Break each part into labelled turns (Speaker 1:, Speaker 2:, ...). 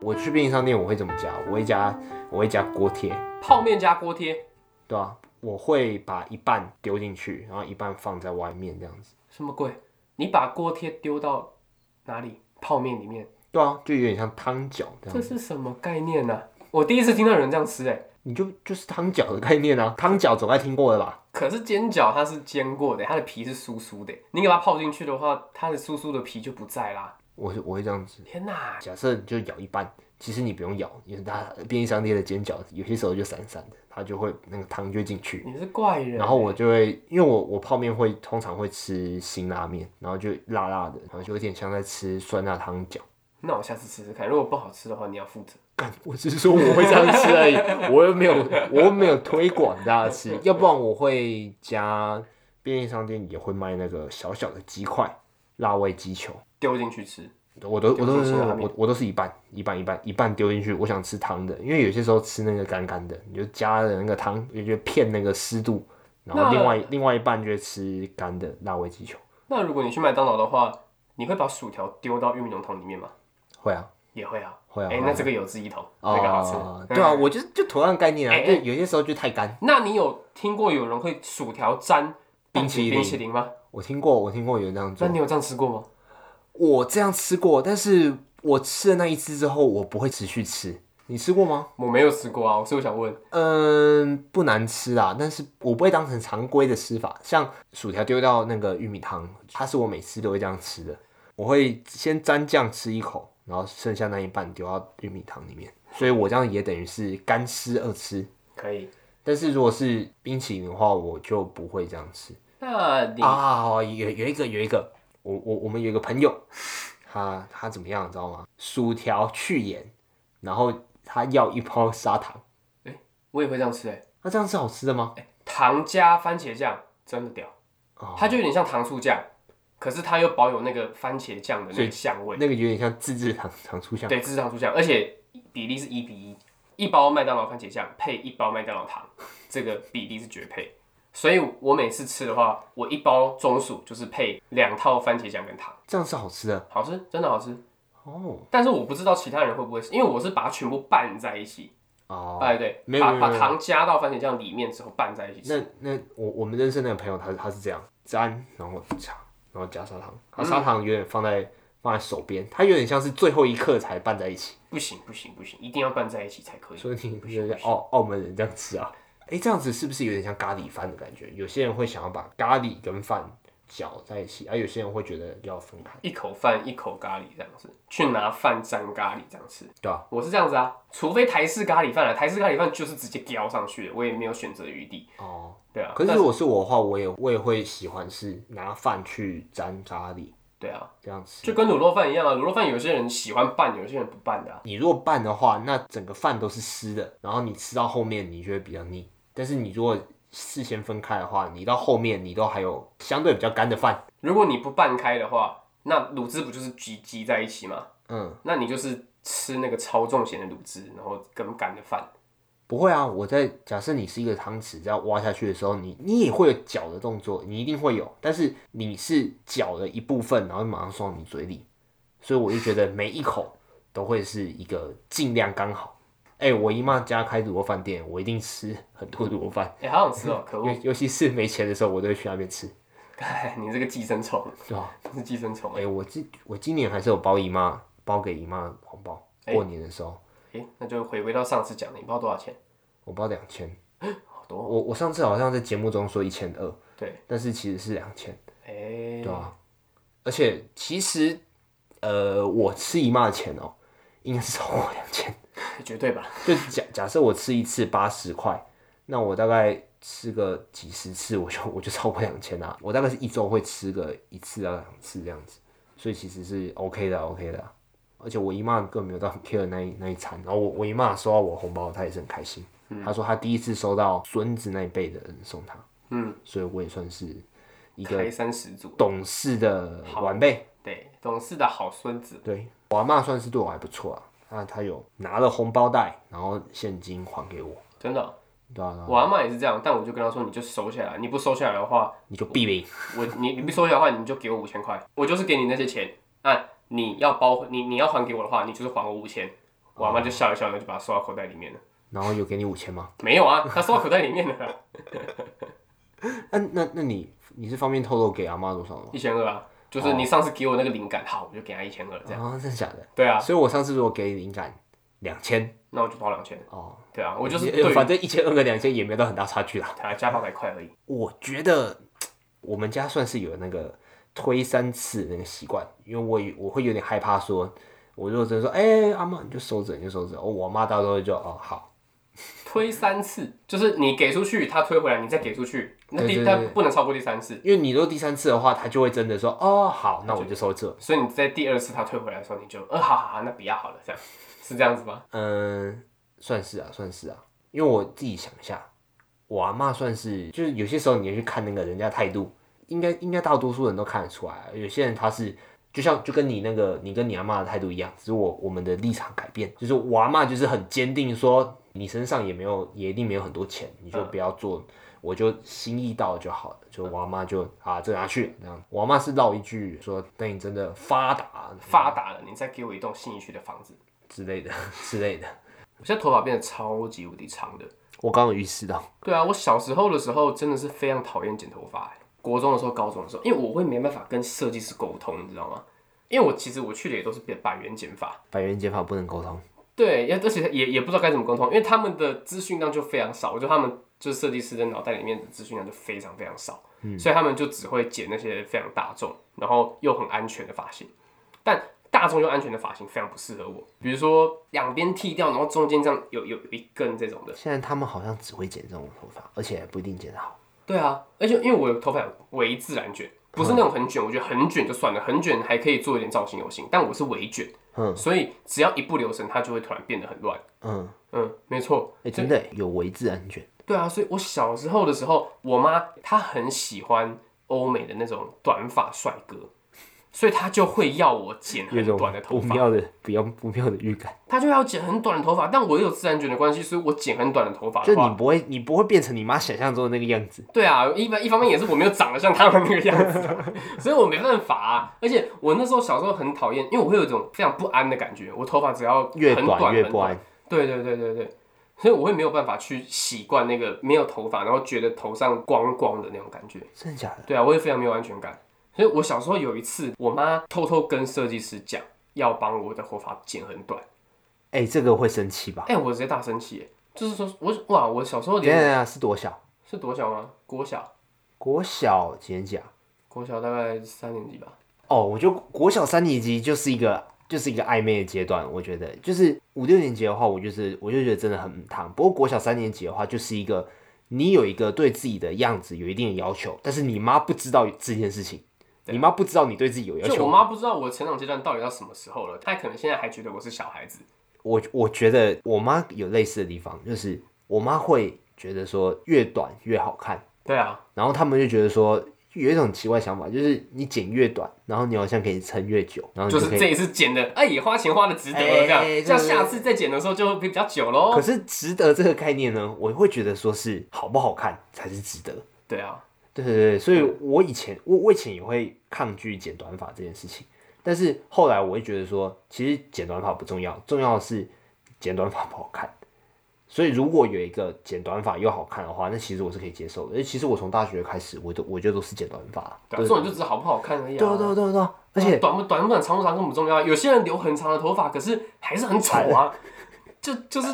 Speaker 1: 我去便利商店我会怎么加？我会加我会加锅贴，
Speaker 2: 泡面加锅贴，
Speaker 1: 对吧、我会把一半丢进去，然后一半放在外面这样子。
Speaker 2: 什么鬼？你把锅贴丢到哪里？泡面里面，
Speaker 1: 对啊，就有点像汤饺这样
Speaker 2: 这
Speaker 1: 子，
Speaker 2: 是什么概念呢、我第一次听到有人这样吃、哎，
Speaker 1: 你就就是汤饺的概念啊。汤饺总该听过了吧？
Speaker 2: 可是煎饺它是煎过的，它的皮是酥酥的，欸你给它泡进去的话，它的酥酥的皮就不在啦。
Speaker 1: 我我会这样子。
Speaker 2: 天哪，
Speaker 1: 假设你就咬一半，其实你不用咬，因为它便利商店的煎饺有些时候就散散的，它就会那个汤就会进去。
Speaker 2: 你是怪人、
Speaker 1: 然后我就会，因为我我泡面会通常会吃辛拉面，然后就辣辣的，然后就有点像在吃酸辣汤饺。
Speaker 2: 那我下次试试看，如果不好吃的话，你要负责。
Speaker 1: 干，我只是说我会这样吃而已，我又没有，我又没有推广大家吃，要不然我会加便利商店也会卖那个小小的鸡块，辣味鸡球，
Speaker 2: 丢进去吃，
Speaker 1: 我都我
Speaker 2: 丢
Speaker 1: 都
Speaker 2: 进去拉面
Speaker 1: 我我都是一半一半一半一半丢进去，我想吃汤的，因为有些时候吃那个干干的，你就加了那个汤，你就骗那个湿度，然后
Speaker 2: 那
Speaker 1: 另外另外一半就会吃干的辣味鸡球，
Speaker 2: 那如果你去麦当劳的话，你会把薯条丢到玉米浓汤里面吗？
Speaker 1: 会啊。
Speaker 2: 也会啊。
Speaker 1: 会啊会
Speaker 2: 哎、
Speaker 1: 啊
Speaker 2: 那这个有志一同，
Speaker 1: 哦，
Speaker 2: 这个好吃。嗯
Speaker 1: 对啊，我觉得就同样概念啊，
Speaker 2: 哎
Speaker 1: 就有些时候就太干。
Speaker 2: 那你有听过有人会薯条沾
Speaker 1: 冰淇淋嗯
Speaker 2: 冰淇淋吗？
Speaker 1: 我听过，我听过有人这样做
Speaker 2: 那，你有这样吃过吗？
Speaker 1: 我这样吃过，但是我吃了那一次之后，我不会持续吃。你吃过吗？
Speaker 2: 我没有吃过啊，所以我想问。
Speaker 1: 嗯，不难吃啊，但是我不会当成常规的吃法。像薯条丢到那个玉米汤，它是我每次都会这样吃的。我会先沾酱吃一口，然后剩下那一半丢到玉米汤里面，所以我这样也等于是干吃二吃。
Speaker 2: 可以。
Speaker 1: 但是如果是冰淇淋的话，我就不会这样吃。
Speaker 2: 那你、
Speaker 1: 啊，有有一个有一个，我我我们有一个朋友，他他怎么样，你知道吗？薯条去盐，然后他要一包砂糖，
Speaker 2: 我也会这样吃哎、
Speaker 1: 那这样是好吃的吗？
Speaker 2: 糖加番茄酱真的屌，
Speaker 1: 哦
Speaker 2: 它就有点像糖醋酱，可是它又保有那个番茄酱的
Speaker 1: 所
Speaker 2: 那
Speaker 1: 以
Speaker 2: 个香味。
Speaker 1: 那个有点像自制糖糖醋酱，
Speaker 2: 对，这是糖醋酱，而且比例是一比一，一包麦当劳番茄酱配一包麦当劳糖，这个比例是绝配。所以我每次吃的话，我一包中薯就是配两套番茄酱跟糖，
Speaker 1: 这样是好吃的
Speaker 2: 好吃，真的好吃。
Speaker 1: 哦
Speaker 2: 但是我不知道其他人会不会吃，因为我是把它全部拌在一起，
Speaker 1: 哦。
Speaker 2: 哎对
Speaker 1: 没，有
Speaker 2: 把
Speaker 1: 没有没
Speaker 2: 把
Speaker 1: 有
Speaker 2: 糖加到番茄酱里面之后拌在一起吃。
Speaker 1: 那那我我们认识那个朋友，他他是这样沾，然后擦，然后加砂糖，他砂糖有点放在、放在手边，它有点像是最后一刻才拌在一起。
Speaker 2: 不行不行不行，一定要拌在一起才可以。
Speaker 1: 所以你觉得澳澳门人这样吃啊？哎，这样子是不是有点像咖喱饭的感觉？有些人会想要把咖喱跟饭搅在一起，啊而、有些人会觉得要分开，
Speaker 2: 一口饭一口咖喱这样子，去拿饭沾咖喱这样吃。
Speaker 1: 对吧、
Speaker 2: 我是这样子啊，除非台式咖喱饭啊，台式咖喱饭就是直接叼上去的，我也没有选择余地，
Speaker 1: 哦，
Speaker 2: 对啊。
Speaker 1: 可是
Speaker 2: 但
Speaker 1: 如果是我的话，我也我也会喜欢是拿饭去沾咖喱
Speaker 2: 对啊，
Speaker 1: 这样吃。
Speaker 2: 就跟卤肉饭一样啊，卤肉饭有些人喜欢拌，有些人不拌的、啊。
Speaker 1: 你如果拌的话，那整个饭都是湿的，然后你吃到后面你就会比较腻。但是你如果事先分开的话，你到后面你都还有相对比较干的饭，
Speaker 2: 如果你不拌开的话，那卤汁不就是集集在一起吗？
Speaker 1: 嗯，
Speaker 2: 那你就是吃那个超重咸的卤汁，然后跟干的饭。
Speaker 1: 不会啊，我在假设你是一个汤匙这样挖下去的时候，你你也会有搅的动作，你一定会有，但是你是搅的一部分，然后马上送到你嘴里，所以我就觉得每一口都会是一个尽量刚好。哎、我姨妈家开卤肉饭店，我一定吃很多卤肉饭，
Speaker 2: 哎、好想吃 哦，可
Speaker 1: 尤
Speaker 2: 恶！
Speaker 1: 尤其是没钱的时候，我都会去那边吃，
Speaker 2: 哎，你这个寄生虫，
Speaker 1: 对吧？
Speaker 2: 你是寄生虫
Speaker 1: 哎、
Speaker 2: 哎、
Speaker 1: 我今我今年还是有包姨妈包给姨妈红包，
Speaker 2: 哎
Speaker 1: 过年的时候
Speaker 2: 哎那就回归到上次讲的，你包多少钱？
Speaker 1: 我包两千，
Speaker 2: 好多哦、
Speaker 1: 我我上次好像在节目中说一千二，
Speaker 2: 对，
Speaker 1: 但是其实是两千。
Speaker 2: 哎、
Speaker 1: 对啊，而且其实，呃，我吃姨妈的钱哦、应该是超过两千。
Speaker 2: 绝对吧？
Speaker 1: 就假假设我吃一次八十块，那我大概吃个几十次，我就我 就超过两千啦。啊我大概是一周会吃个一次到两次这样子，所以其实是 OK 的，OK 的啊。而且我姨妈根本没有到很 care 那一那 一餐，然后我我姨妈收到我红包，她也是很开心。她说她第一次收到孙子那一辈的人送她，
Speaker 2: 嗯，
Speaker 1: 所以我也算是一个
Speaker 2: 开山始祖，
Speaker 1: 懂事的晚辈。
Speaker 2: 对，懂事的好孙子。
Speaker 1: 对我阿妈算是对我还不错啊，那她有拿了红包袋，然后现金还给我，
Speaker 2: 真的哦、
Speaker 1: 对啊，
Speaker 2: 我阿妈也是这样，但我就跟她说，你就收下来，你不收下来的话，
Speaker 1: 你就毙命，
Speaker 2: 我你你不收下来的话，你就给我五千块，我就是给你那些钱。啊，你要包你你要还给我的话，你就是还我五千，我阿妈就笑一笑，然后就把它收到口袋里面了。
Speaker 1: 然后有给你五千吗？
Speaker 2: 没有啊，她收到口袋里面了，
Speaker 1: 那那那你你是方便透露给阿妈多少吗？
Speaker 2: 嗯一千二啊。就是
Speaker 1: 哦
Speaker 2: 你上次给我那个灵感，好，我就给她一千二这样。
Speaker 1: 啊，真的假的？
Speaker 2: 对啊，
Speaker 1: 所以我上次如果给灵感两千
Speaker 2: 那我就包两千。
Speaker 1: 哦，
Speaker 2: 对啊，我就是
Speaker 1: 也
Speaker 2: 对于
Speaker 1: 反正一千二跟两千也没有到很大差距啦。
Speaker 2: 她加八百块而已。
Speaker 1: 我觉得我们家算是有那个推三次的那个习惯，因为我也我会有点害怕说，我如果真的说，哎、阿妈你就收着你就收着，哦，我妈到时候就哦好，
Speaker 2: 推三次，就是你给出去，他推回来，你再给出去，那
Speaker 1: 对
Speaker 2: 第
Speaker 1: 对
Speaker 2: 但
Speaker 1: 对
Speaker 2: 不能超过第三次。
Speaker 1: 因为你如果第三次的话，她就会真的说，哦好，那我就收这。
Speaker 2: 所以你在第二次他推回来的时候，你就，呃，好好好，那不要好了，这样是这样子吗？
Speaker 1: 嗯，算是啊，算是啊，因为我自己想一下，我阿嬷算是，就是有些时候你去看那个人家态度，应该应该大多数人都看得出来，啊有些人他是就像就跟你那个你跟你阿嬷的态度一样，只是我我们的立场改变，就是我阿嬷就是很坚定说，你身上也没有也一定没有很多钱，你就不要做。我就心意到就好了，就我阿妈就啊，这个拿去这样。我阿妈是唠一句说：“那你真的发达
Speaker 2: 发达了，你再给我一栋信义区的房子。
Speaker 1: 之类的之类的。
Speaker 2: 我现在头发变得超级无敌长的。”
Speaker 1: 我刚刚有意识到，
Speaker 2: 对啊，我小时候的时候真的是非常讨厌剪头发、欸，国中的时候、高中的时候，因为我会没办法跟设计师沟通，你知道吗？因为我其实我去的也都是百元剪发，
Speaker 1: 百元解法不能沟通。
Speaker 2: 对，也而且也也不知道该怎么沟通，因为他们的资讯量就非常少，我觉得他们就是设计师的脑袋里面的资讯量就非常非常少，所以他们就只会剪那些非常大众，然后又很安全的发型，但大众又安全的发型非常不适合我，比如说两边剃掉，然后中间这样有有有一根这种的，
Speaker 1: 现在他们好像只会剪这种头发，而且还不一定剪得好。
Speaker 2: 对啊，而且因为我的头发有微自然卷，不
Speaker 1: 嗯
Speaker 2: 是那种很卷，我觉得很卷就算了，很卷还可以做一点造型有型，但我是微卷，
Speaker 1: 嗯
Speaker 2: 所以只要一不留神，它就会突然变得很乱，
Speaker 1: 嗯，
Speaker 2: 嗯，没错，
Speaker 1: 哎、真的耶有为自然卷。
Speaker 2: 对啊，所以我小时候的时候，我妈她很喜欢欧美的那种短发帅哥，所以她就会要我剪很短的头
Speaker 1: 不
Speaker 2: 发，
Speaker 1: 妙的、不要不妙的预感，
Speaker 2: 她就要剪很短的头发。但我有自然卷的关系，所以我剪很短的头发
Speaker 1: 就
Speaker 2: 的
Speaker 1: 你
Speaker 2: 话，
Speaker 1: 不会，你不会变成你妈想象中的那个样子。
Speaker 2: 对啊，一般一方面也是我没有长得像他们那个样子 啊，所以我没办法啊。而且我那时候小时候很讨厌，因为我会有一种非常不安的感觉，我头发只要
Speaker 1: 越
Speaker 2: 很短
Speaker 1: 越
Speaker 2: 很
Speaker 1: 不安。
Speaker 2: 对对对对对，所以我会没有办法去习惯那个没有头发，然后觉得头上光光的那种感觉。
Speaker 1: 真的假的？
Speaker 2: 对啊，我也非常没有安全感。所以我小时候有一次，我妈偷偷跟设计师讲，要帮我的头发剪很短。
Speaker 1: 哎、这个会生气吧？
Speaker 2: 哎、我直接大生气耶，就是说我哇，我小时候
Speaker 1: 等一下
Speaker 2: 连
Speaker 1: 等一下啊是多小？
Speaker 2: 是多小吗？国小，
Speaker 1: 国小几年级啊？
Speaker 2: 国小大概三年级吧。
Speaker 1: 哦，我觉得国小三年级就是一个就是一个暧昧的阶段，我觉得就是五六年级的话，我就是我就觉得真的很烫。不过国小三年级的话，就是一个你有一个对自己的样子有一定的要求，但是你妈不知道这件事情，你妈不知道你对自己有要
Speaker 2: 就我
Speaker 1: 求。
Speaker 2: 妈不知道我成长阶段到底到什么时候了，她可能现在还觉得我是小孩子。
Speaker 1: 我我觉得我妈有类似的地方，就是我妈会觉得说越短越好看，
Speaker 2: 对啊，
Speaker 1: 然后他们就觉得说。有一种奇怪想法，就是你剪越短，然后你好像可以撑越久，然后你
Speaker 2: 就
Speaker 1: 可以
Speaker 2: 是这一次剪的，哎，也花钱花的值得了，这样，
Speaker 1: 哎
Speaker 2: 这样
Speaker 1: 对
Speaker 2: 下次再剪的时候就会比较久喽
Speaker 1: 可。是值得这个概念呢，我会觉得说是好不好看才是值得。
Speaker 2: 对啊，
Speaker 1: 对对对，所以
Speaker 2: 嗯
Speaker 1: 我以前我我以前也会抗拒剪短发这件事情，但是后来我会觉得说，其实剪短发不重要，重要的是剪短发不好看。所以如果有一个剪短发又好看的话，那其实我是可以接受的。因为其实我从大学开始，我都我就都是剪短发。
Speaker 2: 对啊，重点就只哦是好不好看而已、啊。
Speaker 1: 对啊对啊对啊对啊，而且
Speaker 2: 短不短不短、长不长根本不重要。啊有些人留很长的头发，可是还是很丑啊，
Speaker 1: 哎
Speaker 2: 就就是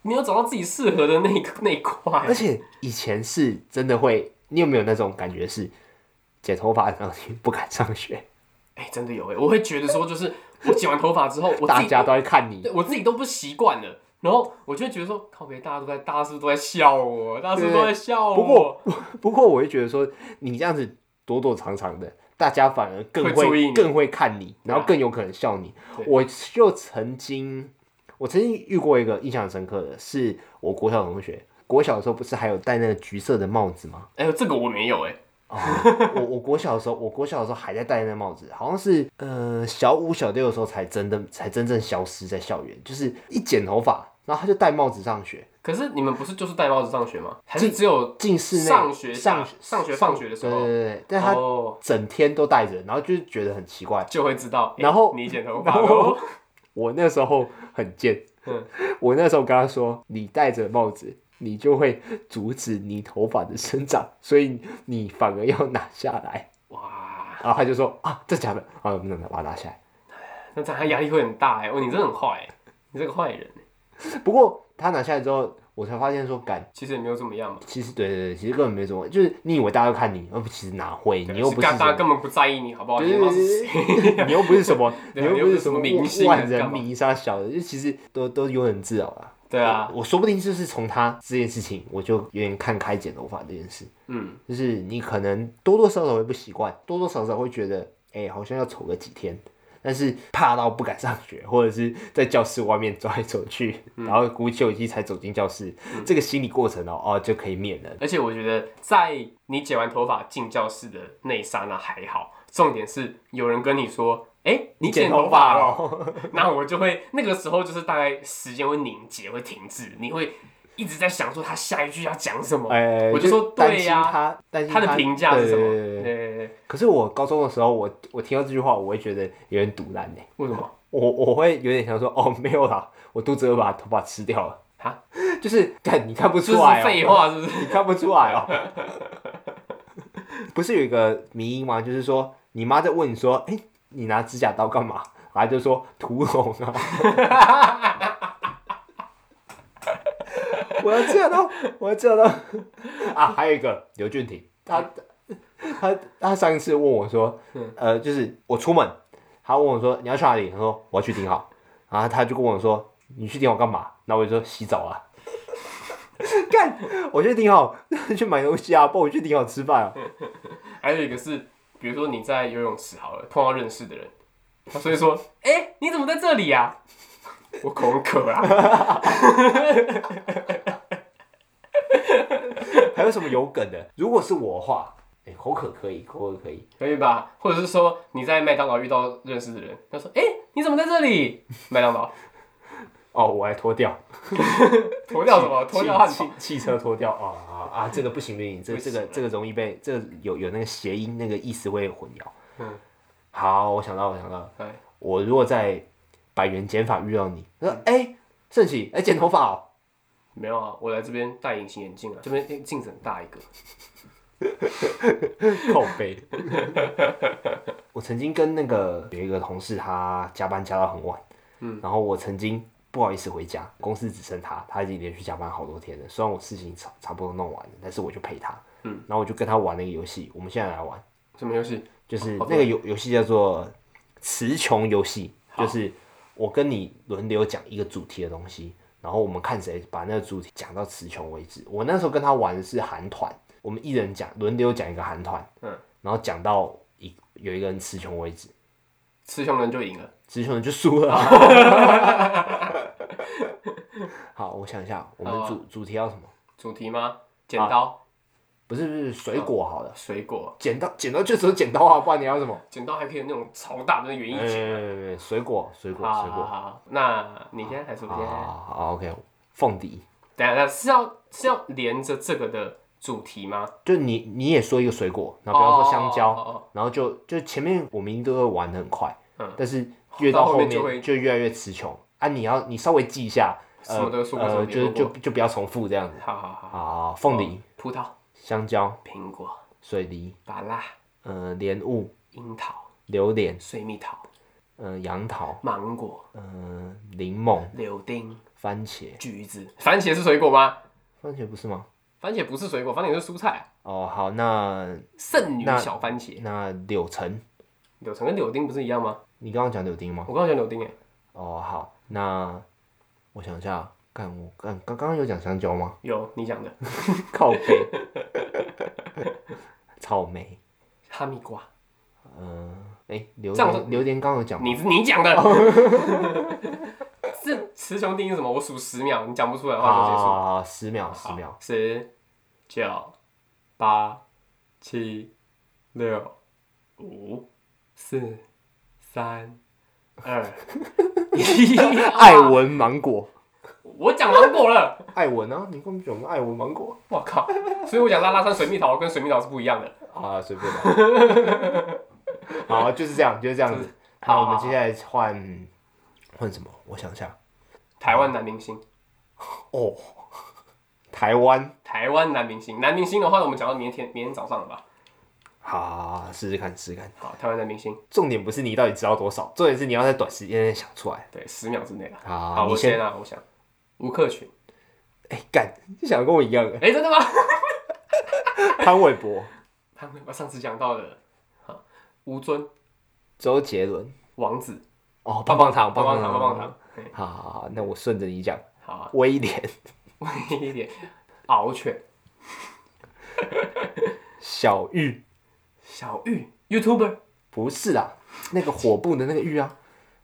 Speaker 2: 没有找到自己适合的那一那一块
Speaker 1: 而。且以前是真的会，你有没有那种感觉是剪头发然后你不敢上学？
Speaker 2: 哎、真的有哎、我会觉得说，就是我剪完头发之后，我自
Speaker 1: 大
Speaker 2: 己
Speaker 1: 家都在看你，
Speaker 2: 对我自己都不习惯了。然后我就会觉得说，靠别，大家都在，大家是不是都在笑我，大家是不是都在笑我。
Speaker 1: 不过不过，我会觉得说，你这样子躲躲藏藏的，大家反而更
Speaker 2: 会注意
Speaker 1: 会
Speaker 2: 你
Speaker 1: 更会看你，然后
Speaker 2: 对啊
Speaker 1: 更有可能笑你
Speaker 2: 对。
Speaker 1: 我就曾经，我曾经遇过一个印象深刻的是，我国小同学，国小的时候不是还有戴那个橘色的帽子吗？
Speaker 2: 哎、呦，这个我没有哎、
Speaker 1: 哦，我我国小的时候，我国小的时候还在戴那个帽子，好像是呃小五小六的时候才真的才真正消失在校园，就是一剪头发，然后他就戴帽子上学，
Speaker 2: 可是你们不是就是戴帽子上学吗？还是只有
Speaker 1: 进室内
Speaker 2: 上学
Speaker 1: 上
Speaker 2: 上学放学的时
Speaker 1: 对
Speaker 2: 候
Speaker 1: 对对，对但他
Speaker 2: 哦
Speaker 1: 整天都戴着，然后就是觉得很奇怪。
Speaker 2: 就会知道？哎
Speaker 1: 然后
Speaker 2: 你剪头
Speaker 1: 然
Speaker 2: 发
Speaker 1: 后
Speaker 2: 喽。
Speaker 1: 我那时候很贱，
Speaker 2: 嗯
Speaker 1: 我那时候跟他说，你戴着帽子，你就会阻止你头发的生长，所以你反而要拿下来。
Speaker 2: 哇，
Speaker 1: 然后他就说啊，这假的啊，不能把它拿下来。
Speaker 2: 那这样他压力会很大哎、哦，你真的很坏哎、你这个坏人、欸
Speaker 1: 不过他拿下来之后，我才发现说，感
Speaker 2: 其实也没有怎么样嘛。
Speaker 1: 其实对对对，其实根本没什么，就是你以为大家都看你，而不其实哪会，你又不是
Speaker 2: 大
Speaker 1: 什
Speaker 2: 家
Speaker 1: 么，
Speaker 2: 根本不在意你，好不好？
Speaker 1: 对
Speaker 2: 你他妈是谁？
Speaker 1: 你又不是什么，你
Speaker 2: 对啊
Speaker 1: 又不
Speaker 2: 你又不
Speaker 1: 是
Speaker 2: 是什么
Speaker 1: 么
Speaker 2: 明星
Speaker 1: 万
Speaker 2: 干
Speaker 1: 人
Speaker 2: 嘛
Speaker 1: 迷啥小的，就其实都都有人自扰啊。
Speaker 2: 对啊，
Speaker 1: 我说不定就是从他这件事情，我就有点看开剪头发这件事，
Speaker 2: 嗯，
Speaker 1: 就是你可能多多少少会不习惯，多多少少会觉得，哎、好像要丑个几天，但是怕到不敢上学，或者是在教室外面走来走 去，
Speaker 2: 嗯
Speaker 1: 然后鼓起勇气才走进教室，这个心理过程哦、哦就可以免了。
Speaker 2: 而且我觉得在你剪完头发进教室的那一刹那还好，重点是有人跟你说。哎、你剪头发了，
Speaker 1: 哦，
Speaker 2: 那我就会那个时候就是大概时间会凝结，会停滞，你会一直在想说他下一句要讲什 么。
Speaker 1: 哎，
Speaker 2: 我就说
Speaker 1: 担
Speaker 2: 对
Speaker 1: 心
Speaker 2: 呀
Speaker 1: 他担心
Speaker 2: 他的评价是什么？
Speaker 1: 对对对对对
Speaker 2: 对对对
Speaker 1: 可是我高中的时候，我我听到这句话，我会觉得有点堵然呢、欸
Speaker 2: 为什么？
Speaker 1: 我我会有点想说，哦，没有啦，我肚子饿，把头发吃掉了。
Speaker 2: 啊，
Speaker 1: 就是看你看不
Speaker 2: 这
Speaker 1: 出来、
Speaker 2: 是
Speaker 1: 哦，
Speaker 2: 废话，是不是？
Speaker 1: 你看不出来哦。 不是有一个迷因吗？就是说，你妈在问你说，哎、你拿指甲刀干嘛？然后就说屠龙啊。 我要指甲刀，我要指甲刀 啊！还有一个刘俊廷，他他他上一次问我说，呃，就是我出门，他问我说你要去哪里？他说我要去顶好，然后他就跟我说你去顶好干嘛？那我就说洗澡啊。干，我觉得挺好， 去买东西啊，不然我去挺好吃饭
Speaker 2: 嗯
Speaker 1: 啊。
Speaker 2: 还有一个是，比如说你在游泳池好了，碰到认识的人，他所以说，哎、你怎么在这里呀、 我口很渴啊，
Speaker 1: 还有什么有梗的？如果是我的话，哎、口渴可以，口渴可以。
Speaker 2: 可以吧？或者是说你在麦当劳遇到认识的人，他说，哎、你怎么在这里？麦当 劳
Speaker 1: 哦，我还脱掉，
Speaker 2: 脱掉什么？哦脱掉汉
Speaker 1: 汽
Speaker 2: 堡。
Speaker 1: 汽汽车脱掉啊啊啊！这个不行不行，这
Speaker 2: 不
Speaker 1: 这
Speaker 2: 行
Speaker 1: 个
Speaker 2: 了
Speaker 1: 这个容易被这个有有那个谐音，那个意思会混淆。
Speaker 2: 嗯，
Speaker 1: 好，我想到我想到了，
Speaker 2: 哎，
Speaker 1: 我如果在百元减法遇到你，他说哎、盛喜，哎、剪头发哦，
Speaker 2: 没有啊，我来这边戴隐形眼镜啊，这边镜子很大一个。
Speaker 1: 靠背。 我曾经跟那个有一个同事，他加班加到很晚，嗯，然后我曾经不好意思回家，公司只剩他，他已经连续加班好多天了。虽然我事情差差不多弄完了，但是我就陪他，
Speaker 2: 嗯，
Speaker 1: 然后我就跟他玩了一个游戏，我们现在来玩，
Speaker 2: 什么游戏？
Speaker 1: 就是
Speaker 2: 好好
Speaker 1: 那个游游戏叫做词穷游戏，就是我跟你轮流讲一个主题的东西，然后我们看谁把那个主题讲到词穷为止。我那时候跟他玩的是韩团，我们一人讲轮流讲一个韩团，
Speaker 2: 嗯，
Speaker 1: 然后讲到一有一个人词穷为止，
Speaker 2: 雌雄人就赢了。
Speaker 1: 词穷人就输了啊、啊 好，我想一下，我们
Speaker 2: 好啊
Speaker 1: 主、主题要什么？
Speaker 2: 主题吗？剪刀、
Speaker 1: 不是不是水果好了，
Speaker 2: 水果，
Speaker 1: 剪刀剪刀就只有剪刀啊，不然你要什么？
Speaker 2: 剪刀还可以有那种超大的园艺
Speaker 1: 没
Speaker 2: 剪。
Speaker 1: 没没没没哎水果水果
Speaker 2: 好
Speaker 1: 水
Speaker 2: 好
Speaker 1: 果。
Speaker 2: 好，那你先还是我先？
Speaker 1: 啊好，OK，凤梨，
Speaker 2: 等一下，那是要是要连着这个的主题吗？
Speaker 1: 就你你也说一个水果，然后啊比方说香蕉，
Speaker 2: 哦哦哦
Speaker 1: 然后就就前面我们都会玩的很快，
Speaker 2: 嗯
Speaker 1: 但是越到
Speaker 2: 到后
Speaker 1: 后
Speaker 2: 面
Speaker 1: 面
Speaker 2: 就会
Speaker 1: 就越来越词穷啊！你要你稍微记一下，
Speaker 2: 什么都说过什么
Speaker 1: 呃，
Speaker 2: 也
Speaker 1: 就
Speaker 2: 说
Speaker 1: 就
Speaker 2: 过哦
Speaker 1: 就不要重复这样子。
Speaker 2: 好好好，
Speaker 1: 好，凤梨、
Speaker 2: 葡萄、
Speaker 1: 香蕉、
Speaker 2: 苹果、
Speaker 1: 水梨、
Speaker 2: 芭拉、
Speaker 1: 呃，莲雾、
Speaker 2: 樱桃、
Speaker 1: 榴莲、
Speaker 2: 水蜜桃、
Speaker 1: 呃，杨桃、
Speaker 2: 芒果、
Speaker 1: 呃，柠檬、
Speaker 2: 柳丁、
Speaker 1: 番茄，
Speaker 2: 橘子。番茄是水果吗？
Speaker 1: 番茄不是吗？
Speaker 2: 番茄不是水果，番茄是蔬菜。
Speaker 1: 哦，好，那
Speaker 2: 剩女
Speaker 1: 那
Speaker 2: 小番茄，
Speaker 1: 那柳橙，
Speaker 2: 柳橙跟柳丁不是一样吗？
Speaker 1: 你刚刚讲柳丁吗？
Speaker 2: 我刚刚讲柳丁哎，
Speaker 1: 哦，好，那我想一下，干我干刚刚有讲香蕉吗？
Speaker 2: 有你讲的
Speaker 1: 靠背， 草莓，
Speaker 2: 哈密瓜，
Speaker 1: 嗯、哎、榴
Speaker 2: 这样
Speaker 1: 莲，榴莲刚刚有讲吗？
Speaker 2: 你是你讲的。 这雌雄定义是什么？我数十秒，你讲不出来的话就结束。
Speaker 1: 啊，十秒，十
Speaker 2: 好
Speaker 1: 秒，，
Speaker 2: 十、九、八、七、六、五、四、三、 二，
Speaker 1: 艾文芒果，
Speaker 2: 我讲芒果了，
Speaker 1: 艾文啊，你跟我讲艾文芒 果
Speaker 2: 我靠！所以我讲拉拉山水蜜桃跟水蜜桃是不一样的。
Speaker 1: 啊，随便吧。好，就是这样，就是这样子。那
Speaker 2: 好
Speaker 1: 我们
Speaker 2: 好
Speaker 1: 接下来换换什么？我想一下，
Speaker 2: 台湾男明星，
Speaker 1: 哦， 台湾，
Speaker 2: 台湾男明星，男明星的话，我们讲到明天明天早上了吧？
Speaker 1: 好好，好试试看，试试看。
Speaker 2: 好，台湾男明星，
Speaker 1: 重点不是你到底知道多少，重点是你要在短时间内想出来。
Speaker 2: 对，十秒之内了。
Speaker 1: 好
Speaker 2: 好，
Speaker 1: 你
Speaker 2: 我先啊，我想吴克群，
Speaker 1: 哎、干，就想得跟我一 样，
Speaker 2: 哎、真的吗？
Speaker 1: 潘玮柏、
Speaker 2: 他们我上次讲到的，好，吴尊、
Speaker 1: 周杰伦，
Speaker 2: 王子、
Speaker 1: 哦，棒棒糖，
Speaker 2: 棒
Speaker 1: 棒
Speaker 2: 棒糖、棒棒。糖，对
Speaker 1: 好好好，那我顺着你讲，
Speaker 2: 好 啊，
Speaker 1: 威廉、
Speaker 2: 我一点，敖犬、
Speaker 1: 小玉，
Speaker 2: 小玉、YouTuber，
Speaker 1: 不是啊，那个火部的那个玉啊，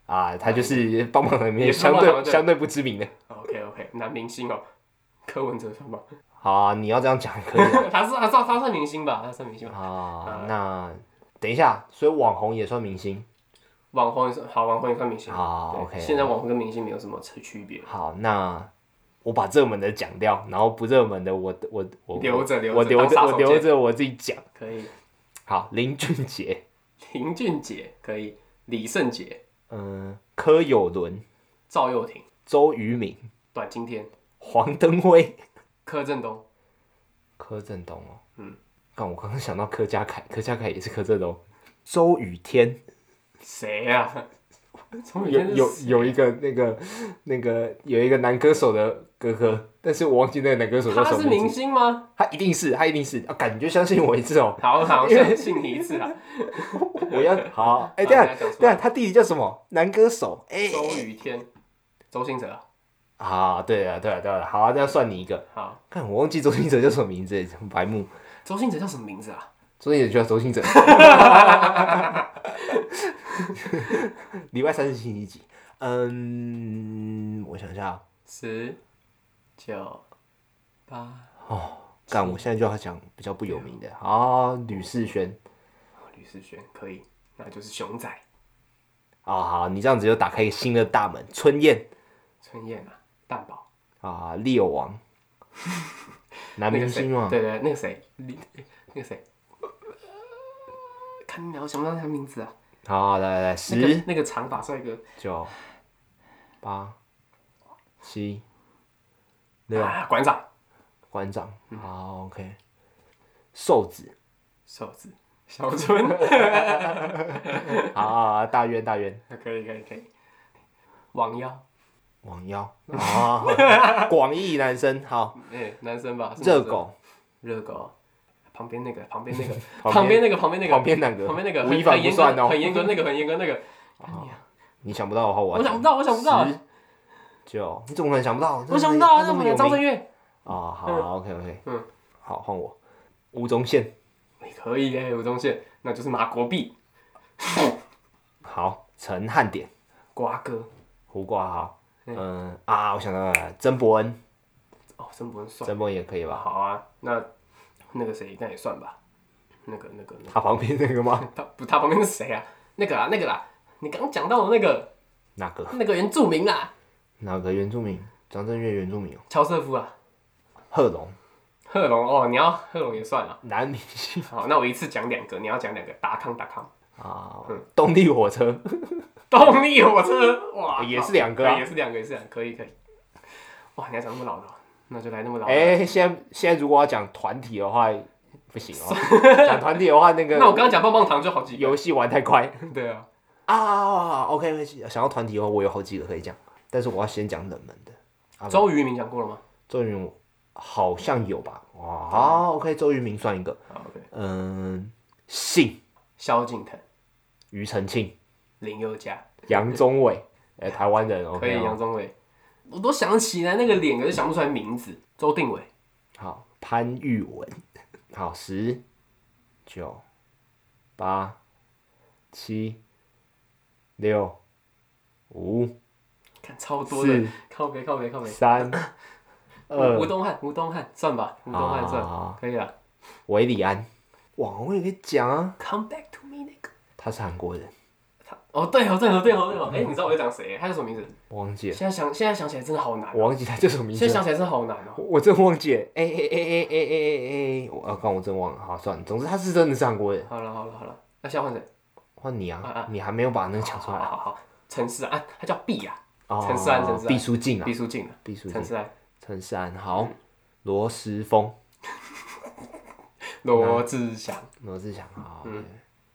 Speaker 1: 啊，他就是棒棒糖里
Speaker 2: 也
Speaker 1: 面
Speaker 2: 是
Speaker 1: 相
Speaker 2: 棒棒糖
Speaker 1: 对
Speaker 2: 对
Speaker 1: 相对不知名的。
Speaker 2: OK OK，男哦明星哦，柯文哲算吗？
Speaker 1: 好啊，你要这样讲也可以
Speaker 2: 他是他算他算明星吧？他算明星吧？
Speaker 1: 啊。那等一下，所以网红也算明星。
Speaker 2: 网红也算好，网红也算明星。
Speaker 1: 好
Speaker 2: 对
Speaker 1: ，OK 哦
Speaker 2: 现在网红跟明星没有什么区区别。
Speaker 1: 好，那我把热门的讲掉，然后不热门的我我我
Speaker 2: 留着留着
Speaker 1: 我留着
Speaker 2: 当杀
Speaker 1: 我
Speaker 2: 手锏
Speaker 1: 留着我自己讲。
Speaker 2: 可以，
Speaker 1: 好，林俊杰，
Speaker 2: 林俊杰可以，李圣杰、
Speaker 1: 嗯、柯有伦、
Speaker 2: 赵又廷、
Speaker 1: 周渝民、
Speaker 2: 阮经天、
Speaker 1: 黄登辉、
Speaker 2: 柯震东，
Speaker 1: 柯震东哦，
Speaker 2: 嗯，
Speaker 1: 但我刚刚想到柯家凯，柯家凯也是柯震东，周雨天。
Speaker 2: 谁啊 呀？从以
Speaker 1: 有
Speaker 2: 前是
Speaker 1: 有
Speaker 2: 谁啊
Speaker 1: 有一个那个那个有一个男歌手的哥哥，但是我忘记那个男歌手叫
Speaker 2: 他
Speaker 1: 什
Speaker 2: 是
Speaker 1: 么名
Speaker 2: 明
Speaker 1: 字。
Speaker 2: 星吗？
Speaker 1: 他一定是，他一定是啊！感觉相信我一次哦，
Speaker 2: 好好，相信你一次啊！
Speaker 1: 我要好。 哎、
Speaker 2: 好
Speaker 1: 对
Speaker 2: 你要讲
Speaker 1: 啊
Speaker 2: 出来，
Speaker 1: 对啊，他弟弟叫什么？男歌手。哎、
Speaker 2: 周雨天、周星哲，
Speaker 1: 啊，对啊，对啊，对啊，好啊，那算你一个。
Speaker 2: 好，
Speaker 1: 看我忘记周星哲叫什么名字，很白目。
Speaker 2: 周星哲叫什么名字啊？
Speaker 1: 周星哲就叫周星哲。礼拜三是星期几？嗯，我想一下啊，
Speaker 2: 十九八，
Speaker 1: 干，我现在就要讲比较不有名的啊，吕世轩。
Speaker 2: 哦吕世轩可以，那就是熊仔
Speaker 1: 啊，好，你这样子就打开一个新的大门。春燕
Speaker 2: 春燕啊，蛋宝。
Speaker 1: 啊，利友王，男
Speaker 2: 那
Speaker 1: 明
Speaker 2: 个谁
Speaker 1: 星，嘛，
Speaker 2: 对对，那个谁，李那个谁，看你聊什么到他名字啊？
Speaker 1: 好，来来来，
Speaker 2: 那个
Speaker 1: 十
Speaker 2: 那个长发帅哥，
Speaker 1: 九八七六，
Speaker 2: 啊，馆长，
Speaker 1: 馆长，好，OK，瘦子，
Speaker 2: 瘦子，小春，
Speaker 1: 好好，好大渊大渊，
Speaker 2: 可以可以可以，王妖，
Speaker 1: 王妖啊，广义男生，好，
Speaker 2: 哎，男生吧，是男
Speaker 1: 热
Speaker 2: 生，
Speaker 1: 狗，，
Speaker 2: 热狗。旁边那个，旁边那个
Speaker 1: 旁
Speaker 2: 旁边那个，旁边那个，
Speaker 1: 旁边哪个
Speaker 2: 旁边那个，
Speaker 1: 吴亦
Speaker 2: 很
Speaker 1: 凡
Speaker 2: 很
Speaker 1: 不
Speaker 2: 严
Speaker 1: 算哦啊
Speaker 2: 格，很严格，那个，很严格，那个。哎呀
Speaker 1: 你想不到的话，我
Speaker 2: 我
Speaker 1: 要
Speaker 2: 想
Speaker 1: 讲
Speaker 2: 不到，我想不到，
Speaker 1: 十九，你怎么可能想不到？
Speaker 2: 我想不到，
Speaker 1: 那
Speaker 2: 那
Speaker 1: 么
Speaker 2: 么
Speaker 1: 有
Speaker 2: 有张震
Speaker 1: 名
Speaker 2: 岳，
Speaker 1: 啊，好，OK OK，
Speaker 2: 嗯，
Speaker 1: 好，换我，吴宗宪。
Speaker 2: 你可以耶，吴宗宪，那就是马国碧，
Speaker 1: 好，陈汉典、
Speaker 2: 瓜哥，
Speaker 1: 胡瓜好，
Speaker 2: 嗯
Speaker 1: 嗯啊，我想到了，曾伯恩，
Speaker 2: 哦，真不能算。
Speaker 1: 曾伯恩也可以吧？
Speaker 2: 好啊，那那个谁，那也算吧。那个、那个、那
Speaker 1: 他旁边那个吗？
Speaker 2: 个，他不，他旁边是谁啊？那个啊，那个啦，你刚刚讲到的那个
Speaker 1: 哪个？
Speaker 2: 那个原住民啦，
Speaker 1: 哪个原住民？张震岳原住民哦，
Speaker 2: 乔瑟夫啊，
Speaker 1: 贺龙，
Speaker 2: 贺龙哦，你要贺龙也算了。
Speaker 1: 男明星
Speaker 2: 好，那我一次讲两个，你要讲两个，达康达康，
Speaker 1: 啊
Speaker 2: 嗯，
Speaker 1: 动力火车，
Speaker 2: 动力火车，哇，
Speaker 1: 也是两个
Speaker 2: 对
Speaker 1: 啊
Speaker 2: 也。是两个，也是两个，可以可以。哇，你要讲那么老的哦，那就来那么老的。
Speaker 1: 哎，现在现在如果要讲团体的话，不行 哦，讲团体的话，那
Speaker 2: 那我
Speaker 1: 个
Speaker 2: 刚刚讲棒棒糖就好几个。
Speaker 1: 游戏玩太快
Speaker 2: 对啊，
Speaker 1: 啊。OK，想要团体的话，我有好几个可以讲，但是我要先讲冷门的。啊
Speaker 2: 周渝民讲过了吗？
Speaker 1: 周渝民好像有吧？哇，好，OK，周渝民算一个。
Speaker 2: 好，OK。
Speaker 1: 嗯，信
Speaker 2: 萧敬腾、
Speaker 1: 庾澄庆、
Speaker 2: 林宥嘉。
Speaker 1: 杨宗纬，哎、台湾人
Speaker 2: 可
Speaker 1: ，OK，
Speaker 2: 以，
Speaker 1: 哦
Speaker 2: 杨宗纬，我都想起来那个脸，可是想不出来名字。周定伟、
Speaker 1: 好，潘玉文， 好，十、九、八、七、六、五、
Speaker 2: 看超多的
Speaker 1: 四、、
Speaker 2: 靠北靠北靠北。
Speaker 1: 三、
Speaker 2: 吴
Speaker 1: 二
Speaker 2: 吴，东汉，吴东汉算吧，吴东汉算
Speaker 1: 啊，
Speaker 2: 可以了。
Speaker 1: 韦礼安，哇，我也可以讲啊，
Speaker 2: Come back to me 那个，
Speaker 1: 他是韩国人，
Speaker 2: 他哦对哦对哦对哦对哦，哎，你知道我在讲谁？他叫什么名字？
Speaker 1: 我忘记了，
Speaker 2: 现在想现在想起来真的好难，
Speaker 1: 我忘记他叫什么名字
Speaker 2: 现
Speaker 1: 了。
Speaker 2: 在想起来真的好难哦。
Speaker 1: 我我真忘记了，哎哎哎哎哎哎哎哎，我啊，刚我真忘了，好算了，总之他是真的是韩国人。
Speaker 2: 好了好了好了，那现在换谁？
Speaker 1: 换你
Speaker 2: 啊
Speaker 1: 啊
Speaker 2: 啊，
Speaker 1: 你还没有把那个抢出
Speaker 2: 好
Speaker 1: 来
Speaker 2: 好好，陈思啊，他叫毕呀，
Speaker 1: 哦
Speaker 2: 陈思安陈思安
Speaker 1: 毕书尽啊，
Speaker 2: 毕书尽了，
Speaker 1: 毕书
Speaker 2: 陈
Speaker 1: 尽，
Speaker 2: 思安、
Speaker 1: 陈思安好，罗时峰，
Speaker 2: 罗志祥、
Speaker 1: 罗志祥好，
Speaker 2: 嗯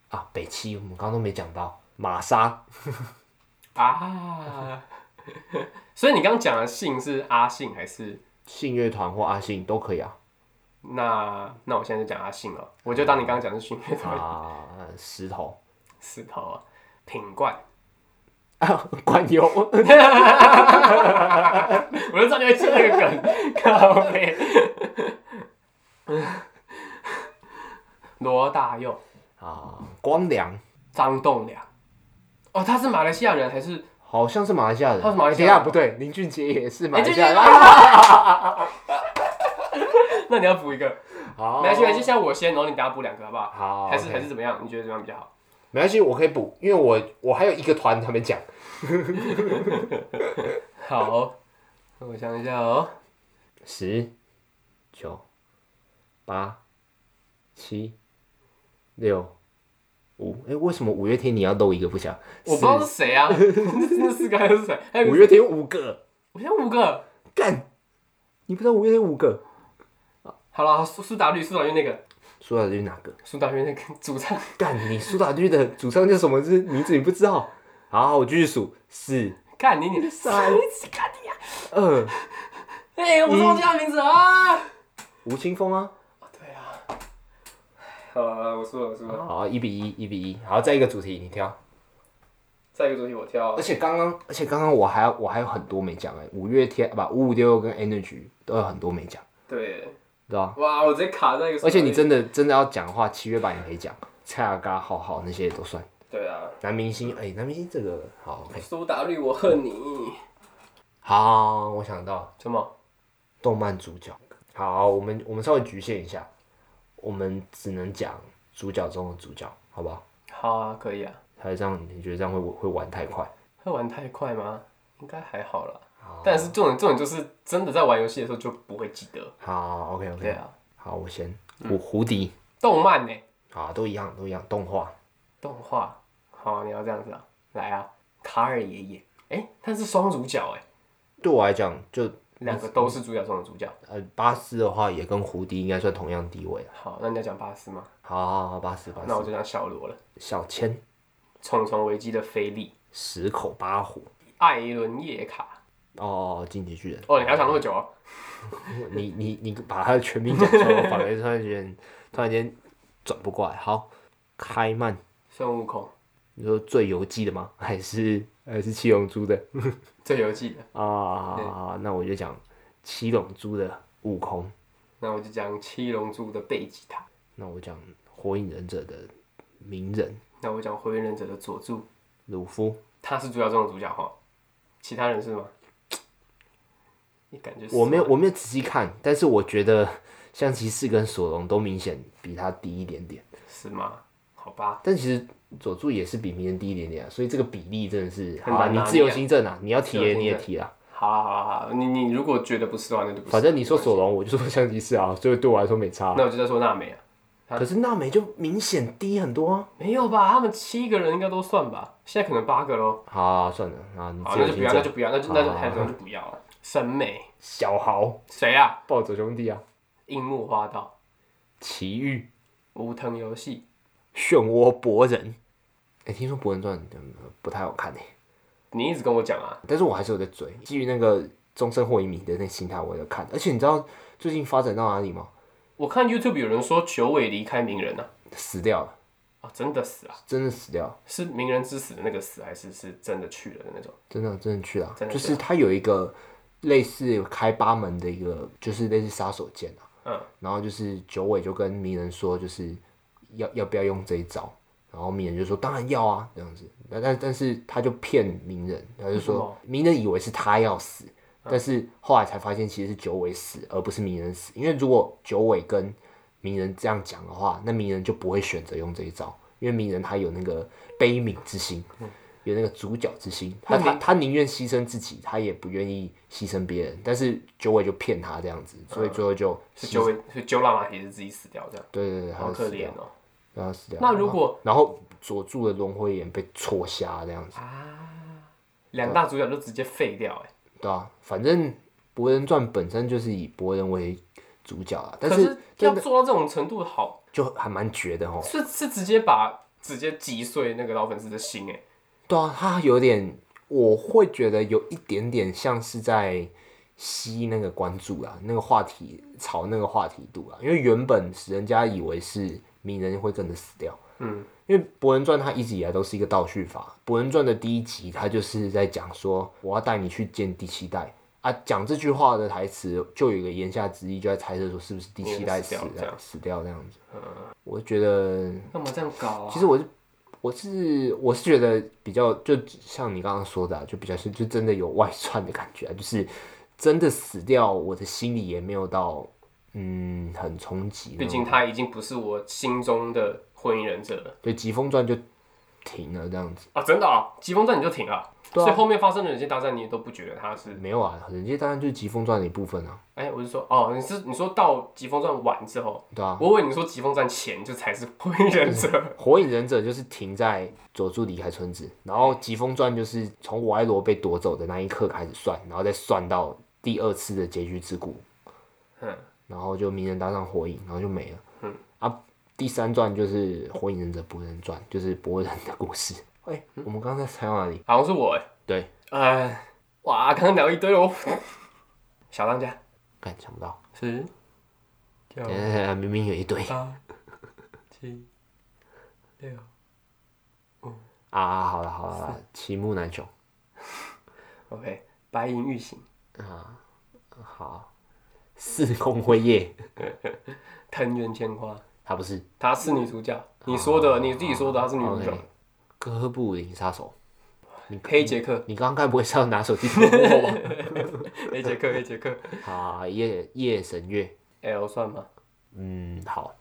Speaker 1: 啊，北七我们刚刚都没讲到，玛莎
Speaker 2: 啊。所以你刚刚讲的姓是阿信还是？
Speaker 1: 信乐团或阿信都可以啊，
Speaker 2: 那那我现在就讲阿信了，我就当你刚刚讲的是训练团
Speaker 1: 啊，石头
Speaker 2: 石头啊，品冠，
Speaker 1: 啊， 管油，
Speaker 2: 我就知道你会接这个梗，靠背。罗大佑、
Speaker 1: 啊，光良
Speaker 2: 张栋梁，哦，他是马来西亚人还是？
Speaker 1: 好像是马来西亚人，
Speaker 2: 他是马来西
Speaker 1: 等一
Speaker 2: 亚人
Speaker 1: 下不对，林俊杰也是马来西亚
Speaker 2: 哎
Speaker 1: 人，
Speaker 2: 这这 那你要补一个，
Speaker 1: 好，
Speaker 2: 没关系，没关系，现在我先，然后你等下补两个，好不好？
Speaker 1: 好，
Speaker 2: 还是
Speaker 1: OK
Speaker 2: 还是怎么样？你觉得怎么样比较好？
Speaker 1: 没关系，我可以补，因为我我还有一个团还没讲，
Speaker 2: 好，那我想一下哦，
Speaker 1: 十、九、八、七、六、五。哎，为什么五月天你要漏一个不讲？
Speaker 2: 我不知道是谁啊， 那四个还是谁？还有
Speaker 1: 五月天五个，
Speaker 2: 我现在五个，
Speaker 1: 干！你不知道五月天五个？
Speaker 2: 好了，苏苏打绿，苏打绿那个，
Speaker 1: 苏打绿哪个？
Speaker 2: 苏打绿那个 主唱，
Speaker 1: 干你！苏打绿的主唱叫什么字名字？你不知道？好，我继续数：四、
Speaker 2: 看你 你，
Speaker 1: 三
Speaker 2: 你看你啊！
Speaker 1: 二，
Speaker 2: 哎，我不是忘记他名字啊！
Speaker 1: 吴青峰啊！
Speaker 2: 对啊，好了，我输了，我输了。
Speaker 1: 好，一比一，一比一。好，再一个主题，你挑。
Speaker 2: 再一个主题我挑
Speaker 1: 而，且刚刚，而且刚刚我还我还有很多没讲哎、五月天啊不，五五六六跟 Energy 都有很多没讲，
Speaker 2: 对，
Speaker 1: 对吧？
Speaker 2: 哇，我直接卡在一个。
Speaker 1: 而且你真的真的要讲的话，七月版也可以讲，蔡雅嘎、浩浩那些也都算。
Speaker 2: 对啊，
Speaker 1: 男明星，哎、男明星这个好 OK。
Speaker 2: 苏打绿，我恨你。
Speaker 1: 好，我想到
Speaker 2: 什么？
Speaker 1: 动漫主角。好，我们我们稍微局限一下，我们只能讲主角中的主角，好不好？
Speaker 2: 好啊，可以啊。
Speaker 1: 还是这样，你觉得这样会会玩太快？
Speaker 2: 会玩太快吗？应该还好啊啦。
Speaker 1: 好
Speaker 2: 但是重点重点就是真的在玩游戏的时候就不会记得。
Speaker 1: 好，OK OK。
Speaker 2: 对啊，
Speaker 1: 好，我先我胡迪，
Speaker 2: 动漫呢、
Speaker 1: 啊，都一样都一样，动画
Speaker 2: 动画，好，你要这样子啊，来啊，卡尔爷爷，哎、他是双主角哎、
Speaker 1: 对我来讲就
Speaker 2: 两个都是主角中的主角。
Speaker 1: 呃巴斯的话也跟胡迪应该算同样地位了。
Speaker 2: 好，那你要讲巴斯吗？
Speaker 1: 好好好，巴斯巴
Speaker 2: 那我
Speaker 1: 斯，
Speaker 2: 就讲小罗了，
Speaker 1: 小千。
Speaker 2: 重重危机的菲利，
Speaker 1: 十口八虎
Speaker 2: 艾伦叶卡。
Speaker 1: 哦，进击巨人
Speaker 2: 哦，你还要讲那么久哦？
Speaker 1: 你你你把他的全名讲出来，我反而突然间突然间转不过来。好，开曼，
Speaker 2: 孙悟空
Speaker 1: 你说最游记的吗？ 还是还是七龙珠的
Speaker 2: 最有记的，
Speaker 1: 啊？那我就讲七龙珠的悟空，
Speaker 2: 那我就讲七龙珠的贝吉塔，
Speaker 1: 那我讲火影忍者的鸣人
Speaker 2: 那我讲火影忍者的佐助，
Speaker 1: 鲁夫。
Speaker 2: 他是主角中的主角哈，其他人是吗？你感觉是
Speaker 1: 我没有我没有仔细看，但是我觉得象棋士跟索隆都明显比他低一点点。
Speaker 2: 是吗？好吧，
Speaker 1: 但其实佐助也是比鸣人低一点点、啊，所以这个比例真的是
Speaker 2: 很
Speaker 1: 好啊
Speaker 2: 难
Speaker 1: 你
Speaker 2: 拿
Speaker 1: 自
Speaker 2: 捏
Speaker 1: 由
Speaker 2: 啊
Speaker 1: 新政啊，你要提
Speaker 2: 自由
Speaker 1: 也
Speaker 2: 新
Speaker 1: 你也
Speaker 2: 政
Speaker 1: 提啦。
Speaker 2: 好啊好啊好啊，你你如果觉得不是的话，那就不是。
Speaker 1: 反正你说索隆，我就说香吉士啊，所 以对我来说没差啊、
Speaker 2: 那我就在说娜美啊，
Speaker 1: 可是娜美就明显低很多啊。
Speaker 2: 没有吧？他们七个人应该都算吧，现在可能八个喽。
Speaker 1: 好啊、算了啊，你
Speaker 2: 好，
Speaker 1: 自
Speaker 2: 那
Speaker 1: 由
Speaker 2: 就不
Speaker 1: 新
Speaker 2: 要，那
Speaker 1: 政。
Speaker 2: 就不要，那就那就
Speaker 1: 好
Speaker 2: 还是那就不要了。审美
Speaker 1: 小豪、
Speaker 2: 谁啊？
Speaker 1: 暴走兄弟啊，
Speaker 2: 樱木花道、
Speaker 1: 奇遇、
Speaker 2: 无藤游戏，
Speaker 1: 漩涡博人。哎、听说《博人传》嗯不太好看哎、
Speaker 2: 你一直跟我讲啊，
Speaker 1: 但是我还是有在追。基于那个终身获一米的那心态，我有在看。而且你知道最近发展到哪里吗？
Speaker 2: 我看 YouTube 有人说九尾离开鸣人啊，
Speaker 1: 死掉了，
Speaker 2: 啊，真的死啊？
Speaker 1: 真的死掉了。
Speaker 2: 是鸣人之死的那个死，还是是真的去了的那种？
Speaker 1: 真的真的去啊，
Speaker 2: 真的
Speaker 1: 就
Speaker 2: 去
Speaker 1: 是他有一个类似开八门的一个，就是类似杀手锏啊。
Speaker 2: 嗯，
Speaker 1: 然后就是九尾就跟鸣人说，就是要要不要用这一招，然后鸣人就说当然要啊，这样子。但但但是他就骗鸣人，他就
Speaker 2: 为什
Speaker 1: 说
Speaker 2: 么嗯
Speaker 1: 鸣人以为是他要死，但是后来才发现其实是九尾死，而不是鸣人死。因为如果九尾跟鸣人这样讲的话，那鸣人就不会选择用这一招，因为鸣人他有那个悲悯之心，
Speaker 2: 嗯
Speaker 1: 有那个主角之心，他他他宁愿牺牲自己，他也不愿意牺牲别人。但是九尾就骗他这样子，所以最后就是
Speaker 2: 九尾嗯是九喇嘛也是自己死掉这样，
Speaker 1: 对对对，他
Speaker 2: 好
Speaker 1: 就
Speaker 2: 可
Speaker 1: 死
Speaker 2: 怜
Speaker 1: 掉，
Speaker 2: 哦。
Speaker 1: 然后死掉。
Speaker 2: 那如果
Speaker 1: 然后然后佐助的轮回眼被戳瞎这样子，
Speaker 2: 啊，两大主角都直接废掉、哎，
Speaker 1: 对啊，反正《博人传》本身就是以博人为主角啊，但
Speaker 2: 可
Speaker 1: 是
Speaker 2: 是要做到这种程度好，
Speaker 1: 就还蛮绝的哦。
Speaker 2: 是是直接把直接击碎那个老粉丝的心、哎，
Speaker 1: 对啊，他有点，我会觉得有一点点像是在吸那个关注啊，那个话题炒那个话题度啊，因为原本使人家以为是鸣人会跟着死掉，
Speaker 2: 嗯，
Speaker 1: 因为《博人传》它一直以来都是一个倒叙法，《博人传》的第一集它就是在讲说我要带你去见第七代。啊，讲这句话的台词就有一个言下之意，就在猜测说是不是第七代
Speaker 2: 死
Speaker 1: 死
Speaker 2: 掉这样嗯
Speaker 1: 死掉这样子。我觉得
Speaker 2: 干嘛这样搞啊？
Speaker 1: 其实我是我是我是觉得比较就像你刚刚说的、啊，就比较是就真的有外传的感觉啊，就是真的死掉，我的心里也没有到嗯很冲击那
Speaker 2: 毕
Speaker 1: 种。
Speaker 2: 竟他已经不是我心中的火影忍者了
Speaker 1: 对《疾风传》就停了这样子，
Speaker 2: 啊！真的啊，疾风战你就停了，
Speaker 1: 对啊
Speaker 2: 所以后面发生的忍界大战你也都不觉得他是，
Speaker 1: 没有啊，人家当然就是《疾风传》的一部分啊，
Speaker 2: 哎、我是说哦，你是你说到疾风战完之后，
Speaker 1: 对啊。
Speaker 2: 我以为你说疾风战前就才是火影忍者，
Speaker 1: 火影忍者就是停在佐助离开村子，然后疾风传就是从我爱罗被夺走的那一刻开始算，然后再算到第二次的结局之谷，
Speaker 2: 嗯，
Speaker 1: 然后就鸣人搭上火影，然后就没了，嗯啊，第三传就是火影忍者博人传，就是博人的故事。哎、我们刚刚在猜到哪里？
Speaker 2: 好像是我哎、
Speaker 1: 对，
Speaker 2: 哎，哇，刚刚聊一堆哦，小当家
Speaker 1: 看想不到，
Speaker 2: 是九
Speaker 1: 哎、明明有一堆
Speaker 2: 八七六，
Speaker 1: 啊，好了好了好了，齐木楠雄
Speaker 2: OK，白银玉行，
Speaker 1: 啊，好，四宫辉夜，
Speaker 2: 藤原千花，
Speaker 1: 他不是
Speaker 2: 她是女主角，你说的，你自己说的，她是女主角
Speaker 1: 哦 OK，。哥布林杀手。
Speaker 2: 黑杰克，
Speaker 1: 你刚刚该不会是要拿手机偷摸我 吧？
Speaker 2: 黑杰克，黑杰克
Speaker 1: 啊，夜夜神月，
Speaker 2: ，L 算吗？
Speaker 1: 嗯，好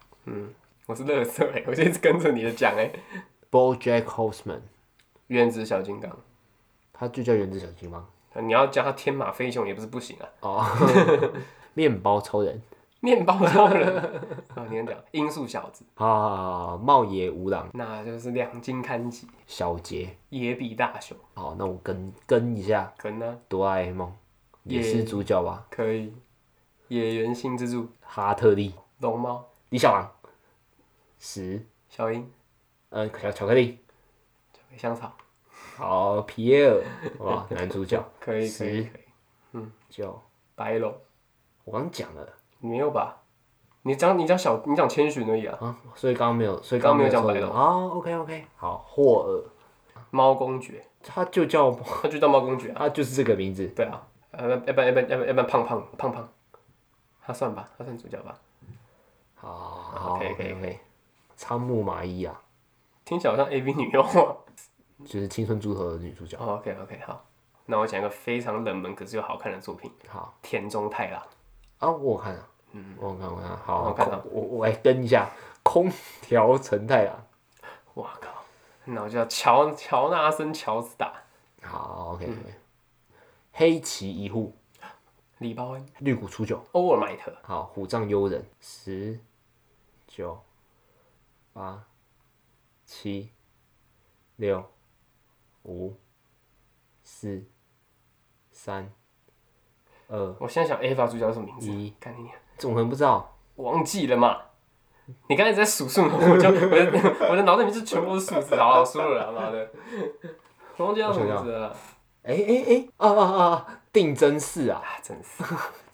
Speaker 2: 我是乐色 哎，我就一直跟着你的讲哎、
Speaker 1: ，BoJack Horseman，
Speaker 2: 原子小金刚，
Speaker 1: 他就叫原子小金刚
Speaker 2: 你要叫他天马飞熊也不是不行啊。
Speaker 1: 哦，面包超人
Speaker 2: 面包超 人啊，你能讲音速小子，
Speaker 1: 啊，茂野无郎，
Speaker 2: 那就是两金刊吉、
Speaker 1: 小杰，
Speaker 2: 野比大雄，
Speaker 1: 好，那我跟跟一下
Speaker 2: 可能啊呢
Speaker 1: 哆啦 A 梦，也是主角吧，
Speaker 2: 可以，野原新之助、
Speaker 1: 哈特利，
Speaker 2: 龙猫、
Speaker 1: 李小狼，十，
Speaker 2: 小樱、
Speaker 1: 呃，巧巧克力，
Speaker 2: 香草，
Speaker 1: 好，皮耶尔，哇，男主角
Speaker 2: 可以可以
Speaker 1: 十
Speaker 2: 可以，
Speaker 1: 九，
Speaker 2: 白龙
Speaker 1: 我刚讲了
Speaker 2: 没有吧？你讲你讲小你讲千寻而已啊，
Speaker 1: 啊，所以刚刚没有，所以刚
Speaker 2: 刚刚没有讲白
Speaker 1: 白
Speaker 2: 龙
Speaker 1: 啊，OK OK，好，霍尔，
Speaker 2: 猫公爵，
Speaker 1: 他就叫
Speaker 2: 他就叫猫公爵啊，
Speaker 1: 他就是这个名字，
Speaker 2: 对啊，呃要不然要不然要不然要不然胖胖胖胖，他算吧，他算主角吧，哦
Speaker 1: 好好
Speaker 2: OK，OK，
Speaker 1: OK OK，仓木麻衣啊。
Speaker 2: 听起来好像 A V 女优啊。
Speaker 1: 就是《青春猪头》的女主角。
Speaker 2: 哦 OK OK 好，那我讲一个非常冷门可是又好看的作品，
Speaker 1: 好
Speaker 2: 田中太郎。
Speaker 1: 啊，我有看了，嗯，我有看，我有看，好，
Speaker 2: 我有看到啊
Speaker 1: 空我我来哎跟一下，空调陈太郎。
Speaker 2: 哇靠！那我就叫乔乔纳森乔斯达、
Speaker 1: 好，OK，,
Speaker 2: 嗯
Speaker 1: o k 黑崎一护，
Speaker 2: 李包恩、
Speaker 1: 绿谷初九，
Speaker 2: 欧尔麦特、
Speaker 1: 好，虎杖悠仁，十九八七六五四三二，
Speaker 2: 我现在想 a v a 主角是什么名字？啊
Speaker 1: 一
Speaker 2: 看你娘，
Speaker 1: 怎么可能不知道？
Speaker 2: 忘记了嘛？你刚才一直在数数， 我就我的我的脑袋里面就全部都是数字，好，我输了啦，妈的！我忘记叫什么名字了
Speaker 1: 哎哎哎，啊啊啊啊！定真寺啊，
Speaker 2: 啊！真是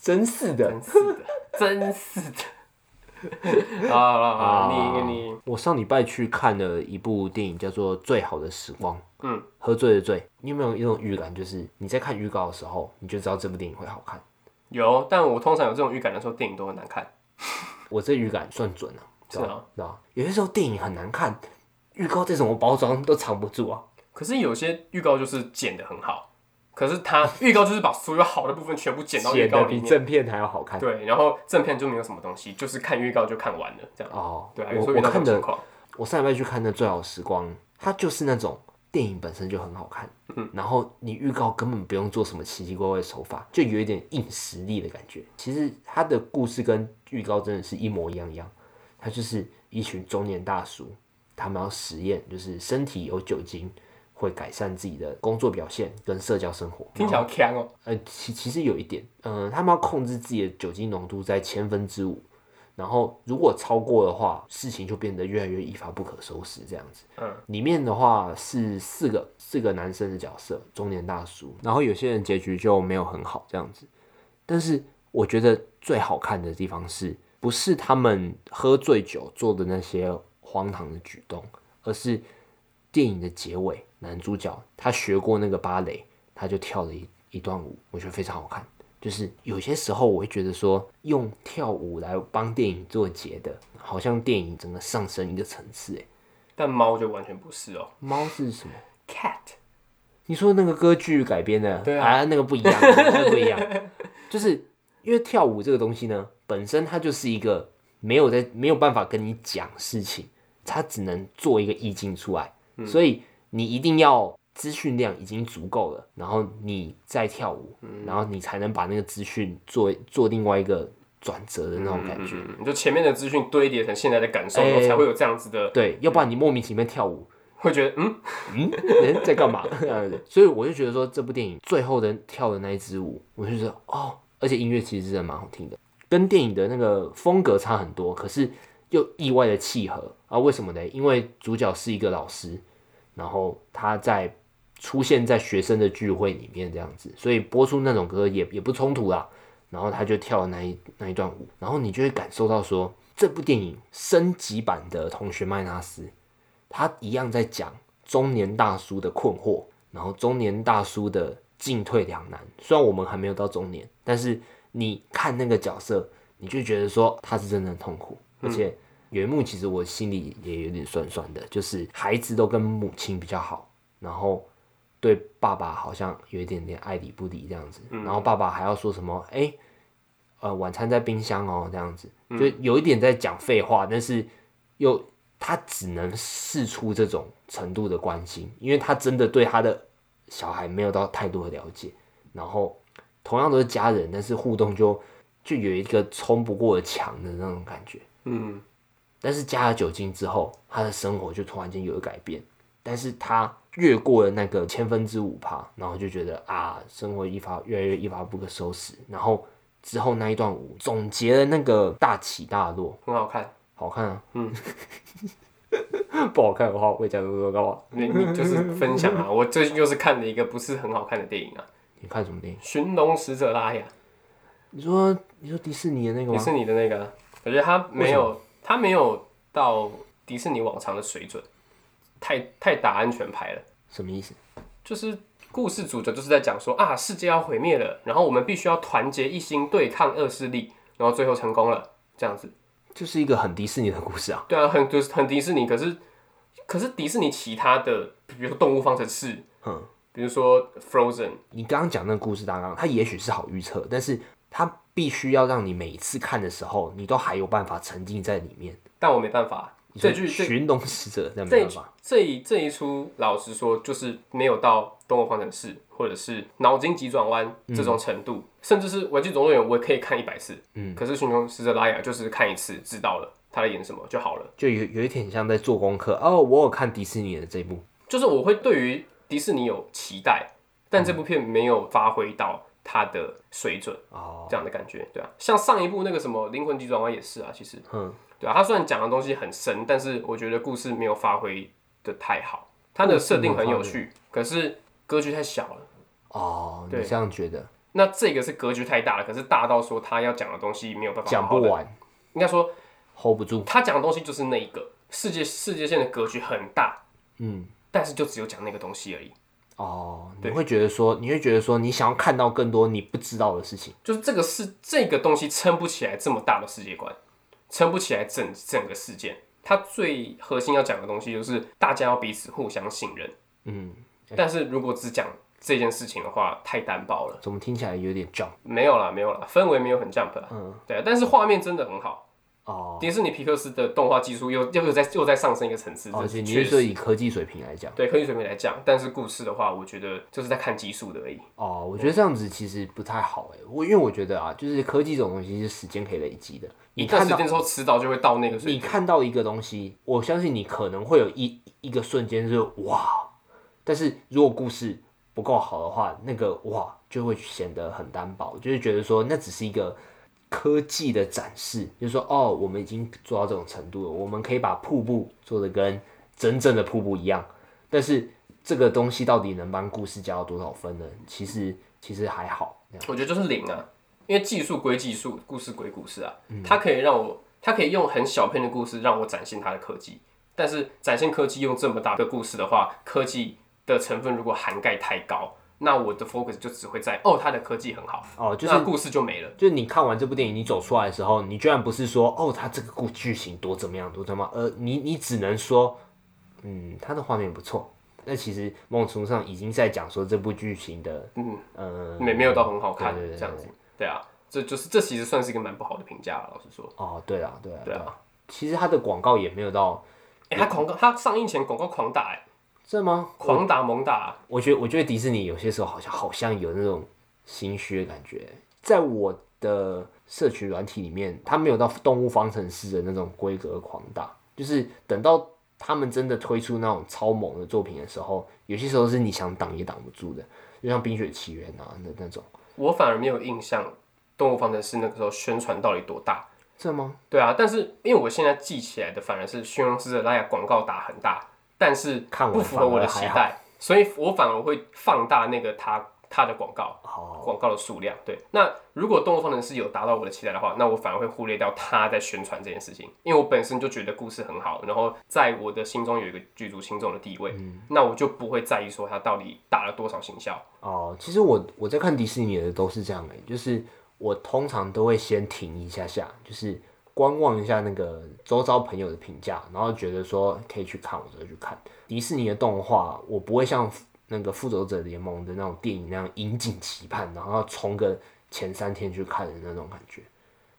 Speaker 1: 真是的，
Speaker 2: 真是的，真是的。 好了好了，你你
Speaker 1: 啊我上礼拜去看了一部电影，叫做《最好的时光》，
Speaker 2: 嗯，
Speaker 1: 喝醉的醉。你有没有一种预感，就是你在看预告的时候，你就知道这部电影会好看？
Speaker 2: 有，但我通常有这种预感的时候，电影都很难看。
Speaker 1: 我这预感算准了、
Speaker 2: 是
Speaker 1: 对
Speaker 2: 啊
Speaker 1: 吧，对吧？有些时候电影很难看，预告再怎么包装都藏不住啊。
Speaker 2: 可是有些预告就是剪的很好，可是它预告就是把所有好的部分全部剪到预
Speaker 1: 剪的
Speaker 2: 告里
Speaker 1: 比
Speaker 2: 面，
Speaker 1: 正片还要好看。
Speaker 2: 对，然后正片就没有什么东西，就是看预告就看完了这样。
Speaker 1: 哦，
Speaker 2: 对啊，有时
Speaker 1: 我
Speaker 2: 候遇
Speaker 1: 我
Speaker 2: 到这
Speaker 1: 看
Speaker 2: 种情
Speaker 1: 的，
Speaker 2: 况，
Speaker 1: 我上礼拜去看的《最好的时光》，它就是那种电影本身就很好看，嗯，然后你预告根本不用做什么奇奇怪怪的手法，就有一点硬实力的感觉。其实它的故事跟预告真的是一模一样一样，它就是一群中年大叔，他们要实验，就是身体有酒精会改善自己的工作表现跟社交生活。
Speaker 2: 听起来好强哦、
Speaker 1: 呃，其其实有一点，嗯、他们要控制自己的酒精浓度在千分之五，然后如果超过的话，事情就变得越来越一发不可收拾这样子。
Speaker 2: 嗯，
Speaker 1: 里面的话是四个四个男生的角色，中年大叔，然后有些人结局就没有很好这样子，但是我觉得最好看的地方是不是他们喝醉酒做的那些荒唐的举动，而是电影的结尾，男主角他学过那个芭蕾，他就跳了一一段舞，我觉得非常好看。就是有些时候我会觉得说，用跳舞来帮电影做结的，好像电影整个上升一个层次。哎，
Speaker 2: 但猫就完全不是哦、
Speaker 1: 猫是什么？
Speaker 2: cat
Speaker 1: 你说那个歌剧改编的，
Speaker 2: 对啊
Speaker 1: 那个不 一样，那个不一样，就是因为跳舞这个东西呢，本身它就是一个没有在没有办法跟你讲事情，它只能做一个意境出来，
Speaker 2: 嗯
Speaker 1: 所以你一定要资讯量已经足够了，然后你再跳舞，
Speaker 2: 嗯
Speaker 1: 然后你才能把那个资讯做做另外一个转折的那种感觉。
Speaker 2: 嗯，你就前面的资讯堆叠成现在的感受，
Speaker 1: 哎
Speaker 2: 然后才会有这样子的，
Speaker 1: 对，要不然你莫名其妙跳舞，
Speaker 2: 会觉得嗯，
Speaker 1: 嗯，人在干嘛？ 这样子所以我就觉得说，这部电影最后的跳的那一支舞，我就觉得哦，而且音乐其实真的蛮好听的，跟电影的那个风格差很多，可是又意外的契合啊？为什么呢？因为主角是一个老师，然后他在出现在学生的聚会里面这样子，所以播出那种歌也也不冲突啦。然后他就跳了那一那一段舞，然后你就会感受到说，这部电影升级版的《同学麦纳斯》，他一样在讲中年大叔的困惑，然后中年大叔的进退两难。虽然我们还没有到中年，但是你看那个角色，你就觉得说他是真的很痛苦，而且有一幕其实我心里也有点酸酸的，就是孩子都跟母亲比较好，然后对爸爸好像有一点点爱理不理这样子，然后爸爸还要说什么，哎、呃，晚餐在冰箱哦，这样子，就有一点在讲废话，但是又他只能试出这种程度的关心，因为他真的对他的小孩没有到太多的了解，然后同样都是家人，但是互动就就有一个冲不过的墙的那种感觉。
Speaker 2: 嗯，
Speaker 1: 但是加了酒精之后，他的生活就突然间有了改变。但是他越过了那个千分之五趴，然后就觉得啊，生活一发越来越一发不可收拾。然后之后那一段舞总结了那个大起大落，
Speaker 2: 很好看。
Speaker 1: 好看啊。
Speaker 2: 嗯，
Speaker 1: 不好看的话，会讲这么多干嘛？
Speaker 2: 那你就是分享啊，我最近又是看了一个不是很好看的电影啊，
Speaker 1: 你看什么电影？
Speaker 2: 《寻龙使者拉雅
Speaker 1: 你说你说迪士尼的那》，个
Speaker 2: 迪
Speaker 1: 吗？
Speaker 2: 士尼的那个啊，我觉得它没有，它没有到迪士尼往常的水准，太太打安全牌了。
Speaker 1: 什么意思？
Speaker 2: 就是故事主角就是在讲说啊，世界要毁灭了，然后我们必须要团结一心对抗恶势力，然后最后成功了，这样子。
Speaker 1: 就是一个很迪士尼的故事啊。
Speaker 2: 对啊，很就是很迪士尼，可是可是迪士尼其他的，比如说动物方程式，
Speaker 1: 嗯，
Speaker 2: 比如说 Frozen，
Speaker 1: 你刚刚讲那个故事大纲，它也许是好预测，但是它必须要让你每一次看的时候，你都还有办法沉浸在里面。
Speaker 2: 但我没办法，这句这
Speaker 1: 寻龙使者，那没
Speaker 2: 这
Speaker 1: 办法。
Speaker 2: 这一这一出，老实说，就是没有到动物方程式或者是脑筋急转弯这种程度，甚至是玩具总动员，我也可以看一百次，
Speaker 1: 嗯
Speaker 2: 可是寻龙使者拉雅就是看一次知道了他在演什么就好了。
Speaker 1: 就有有一点像在做功课哦。我有看迪士尼的这一部，
Speaker 2: 就是我会对于迪士尼有期待，但这部片没有发挥到它的水准
Speaker 1: 哦，
Speaker 2: 这样的感觉，对啊，像上一部那个什么《灵魂急转弯》也是啊，其实，
Speaker 1: 嗯，
Speaker 2: 对啊，它虽然讲的东西很深，但是我觉得故事没有发挥的太好，它的设定很有趣，可是格局太小了。
Speaker 1: 哦，你
Speaker 2: 对
Speaker 1: 这样觉得
Speaker 2: 那这个是格局太大了，可是大到说他要讲的东西没有办法
Speaker 1: 讲
Speaker 2: 好好
Speaker 1: 不
Speaker 2: 地，
Speaker 1: 完
Speaker 2: 应该说
Speaker 1: ，hold 不住。
Speaker 2: 他讲的东西就是那一个世界世界线的格局很大，
Speaker 1: 嗯，
Speaker 2: 但是就只有讲那个东西而已。
Speaker 1: 哦，你
Speaker 2: 对
Speaker 1: 会觉得说，你会觉得说，你想要看到更多你不知道的事情。
Speaker 2: 就是这个是这个东西撑不起来这么大的世界观，撑不起来整整个事件。它最核心要讲的东西就是大家要彼此互相信任。
Speaker 1: 嗯，
Speaker 2: 但是如果只讲这件事情的话，太单薄了。
Speaker 1: 怎么听起来有点 jump？
Speaker 2: 没有啦，没有啦，氛围没有很 jump 啦。
Speaker 1: 嗯，
Speaker 2: 对啊，但是画面真的很好。
Speaker 1: 哦，
Speaker 2: 迪士尼皮克斯的动画技术又又又在又在上升一个层次，
Speaker 1: 而
Speaker 2: 这
Speaker 1: 且
Speaker 2: 是
Speaker 1: 哦你
Speaker 2: 确
Speaker 1: 是说
Speaker 2: 实。
Speaker 1: 以科技水平来讲，
Speaker 2: 对科技水平来讲，但是故事的话，我觉得就是在看技术的而已。
Speaker 1: 哦，我觉得这样子其实不太好哎。我因为我觉得啊，就是科技这种东西是时间可以累积的。
Speaker 2: 一
Speaker 1: 你
Speaker 2: 段
Speaker 1: 看
Speaker 2: 时
Speaker 1: 到
Speaker 2: 间之后，迟早就会到那个水
Speaker 1: 你
Speaker 2: 平。
Speaker 1: 看到一个东西，我相信你可能会有一一个瞬间是哇，但是如果故事不够好的话，那个哇就会显得很单薄，就是觉得说那只是一个科技的展示，就是说哦，我们已经做到这种程度了，我们可以把瀑布做的跟真正的瀑布一样，但是这个东西到底能帮故事加到多少分呢？其实其实还好，
Speaker 2: 我觉得就是零啊，因为技术归技术，故事归故事啊，
Speaker 1: 嗯
Speaker 2: 它可以让我，它可以用很小片的故事让我展现它的科技，但是展现科技用这么大的故事的话，科技的成分如果涵盖太高，那我的 focus 就只会在哦，它的科技很好，
Speaker 1: 哦，就是
Speaker 2: 那故事就没了。
Speaker 1: 就是你看完这部电影，你走出来的时候，你居然不是说哦，它这个故剧情多怎么样多怎么样，呃，你你只能说，嗯，它的画面不错。那其实某种程度上已经在讲说这部剧情的，嗯呃，
Speaker 2: 没没有到很好看
Speaker 1: 对对对
Speaker 2: 这样子，对啊，这就是这其实算是一个蛮不好的评价了，老实说。
Speaker 1: 哦，对啊，对啊，
Speaker 2: 对啊
Speaker 1: 啊。其实它的广告也没有到，
Speaker 2: 哎、他广告他上映前广告狂打、哎，
Speaker 1: 这吗？
Speaker 2: 狂打猛打、
Speaker 1: 我觉得，我觉得迪士尼有些时候好像好像有那种心虚的感觉，在我的社群软体里面，它没有到《动物方程式》的那种规格狂大，就是等到他们真的推出那种超猛的作品的时候，有些时候是你想挡也挡不住的，就像《冰雪奇缘》啊那那种，
Speaker 2: 我反而没有印象《动物方程式》那个时候宣传到底多大。
Speaker 1: 这吗？
Speaker 2: 对啊，但是因为我现在记起来的反而是《驯龙师的拉雅》广告打很大，但是
Speaker 1: 看完
Speaker 2: 不符合我的期
Speaker 1: 反而
Speaker 2: 待，所以我反而会放大那个它它的广告
Speaker 1: 哦，
Speaker 2: 广告的数量。对，那如果《动物方程式》有达到我的期待的话，那我反而会忽略掉它在宣传这件事情，因为我本身就觉得故事很好，然后在我的心中有一个举足轻重的地位，
Speaker 1: 嗯
Speaker 2: 那我就不会在意说它到底打了多少行销。
Speaker 1: 哦，其实我我在看迪士尼的都是这样的、欸就是我通常都会先停一下下，就是观望一下那个周遭朋友的评价，然后觉得说可以去看，我就会去看。迪士尼的动画，我不会像那个《复仇者联盟》的那种电影那样引颈期盼，然后要冲个前三天去看的那种感觉，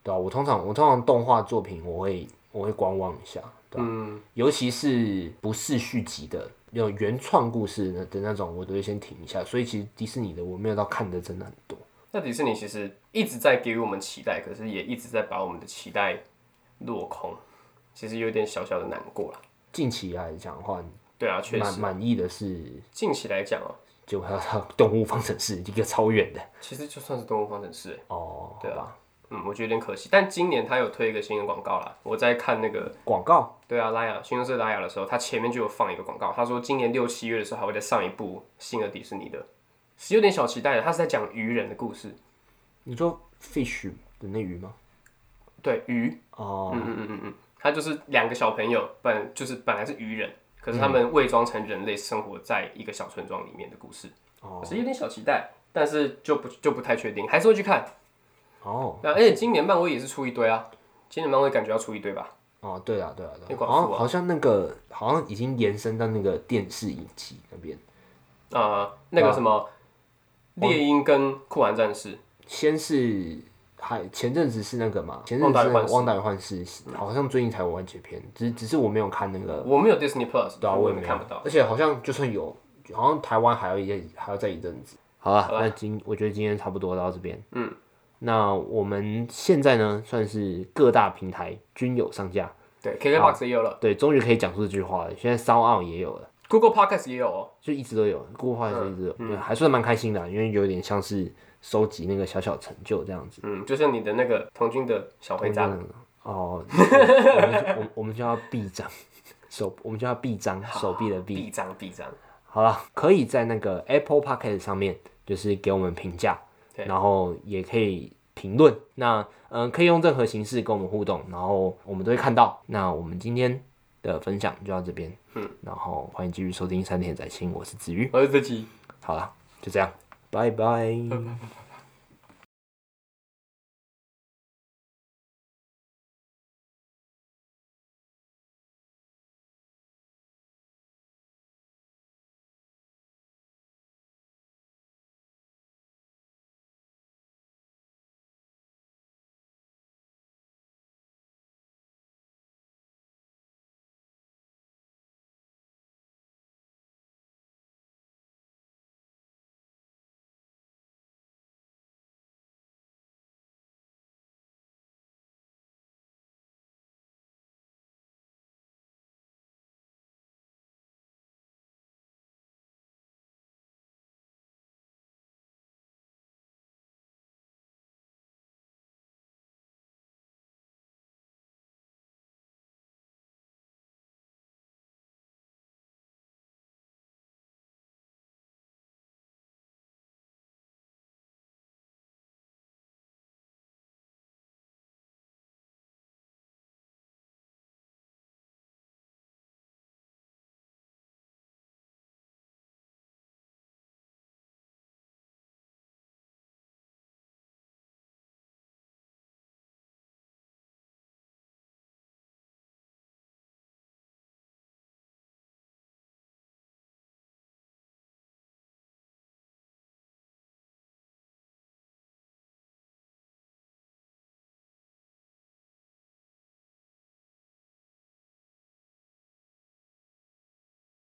Speaker 1: 对吧、啊我通常我通常动画作品，我会我会观望一下，对啊吧、尤其是不是续集的有原创故事的的那种，我都会先停一下。所以其实迪士尼的我没有到看的真的很多。
Speaker 2: 那迪士尼其实一直在给予我们期待，可是也一直在把我们的期待落空，其实有点小小的难过了。
Speaker 1: 近期来讲的话，
Speaker 2: 对啊，确
Speaker 1: 满
Speaker 2: 实，
Speaker 1: 满意的是，
Speaker 2: 近期来讲哦、
Speaker 1: 就还有它《动物方程式》一个超远的
Speaker 2: 其实就算是《动物方程式》欸，
Speaker 1: 哦，
Speaker 2: 对
Speaker 1: 好吧？
Speaker 2: 啊，嗯，我觉得有点可惜。但今年他有推一个新的广告啦，我在看那个
Speaker 1: 广告
Speaker 2: 对啊拉雅《驯龙师拉雅》的时候，他前面就有放一个广告，他说今年六七月的时候还会再上一部新的迪士尼的，是有点小期待的。他是在讲鱼人的故事，
Speaker 1: 你说 fish 的那鱼吗？
Speaker 2: 对鱼，
Speaker 1: 哦，
Speaker 2: 嗯嗯嗯嗯嗯，他就是两个小朋友，本就是本来是渔人，可是他们
Speaker 1: 嗯
Speaker 2: 伪装成人类，生活在一个小村庄里面的故事。
Speaker 1: 哦
Speaker 2: 我是有点小期待，但是就不就不太确定，还是会去看。
Speaker 1: 哦，
Speaker 2: 那而且今年漫威也是出一堆啊，今年漫威感觉要出一堆吧？
Speaker 1: 哦，对啊，对啊，对
Speaker 2: 那
Speaker 1: 啊，
Speaker 2: 广
Speaker 1: 好
Speaker 2: 告
Speaker 1: 像好像那个好像已经延伸到那个电视影集那边，
Speaker 2: 啊、那个什么猎鹰跟酷玩战士，
Speaker 1: 先是还前阵子是那个嘛，前阵
Speaker 2: 旺
Speaker 1: 子
Speaker 2: 达
Speaker 1: 是
Speaker 2: 与
Speaker 1: 那个
Speaker 2: 幻视
Speaker 1: 《旺达与幻视》，好像最近才有完结篇，只只是我没有看那个，
Speaker 2: 我没有 Disney Plus，
Speaker 1: 对啊，
Speaker 2: 嗯我
Speaker 1: 也
Speaker 2: 也
Speaker 1: 没
Speaker 2: 看不到。
Speaker 1: 而且好像就算有，好像台湾还要一还要再一阵子。好
Speaker 2: 啊
Speaker 1: 了，那今我觉得今天差不多到这边。嗯，那我们现在呢，算是各大平台均有上架，
Speaker 2: 对，KKBox 也有了
Speaker 1: 对，终于可以讲出这句话了。现在 s o u n 也有了。
Speaker 2: ，Google Podcast 也有哦。
Speaker 1: 就一直都有，固化也是一直有，
Speaker 2: 嗯
Speaker 1: 对，还算蛮开心的啊、因为有点像是收集那个小小成就这样子。
Speaker 2: 嗯，就像你的那个童军的小徽章，
Speaker 1: 哦，我们我们我们就要臂章，手我们就要臂章，手臂的臂。
Speaker 2: 臂章臂章，
Speaker 1: 好了，可以在那个 Apple Podcast 上面，就是给我们评价，
Speaker 2: 对
Speaker 1: 然后也可以评论。那嗯、呃可以用任何形式跟我们互动，然后我们都会看到。那我们今天的分享就到这边，嗯，然后欢迎继续收听三点仔星，我是子瑜。
Speaker 2: 我是自己。
Speaker 1: 好了，就这样，拜拜。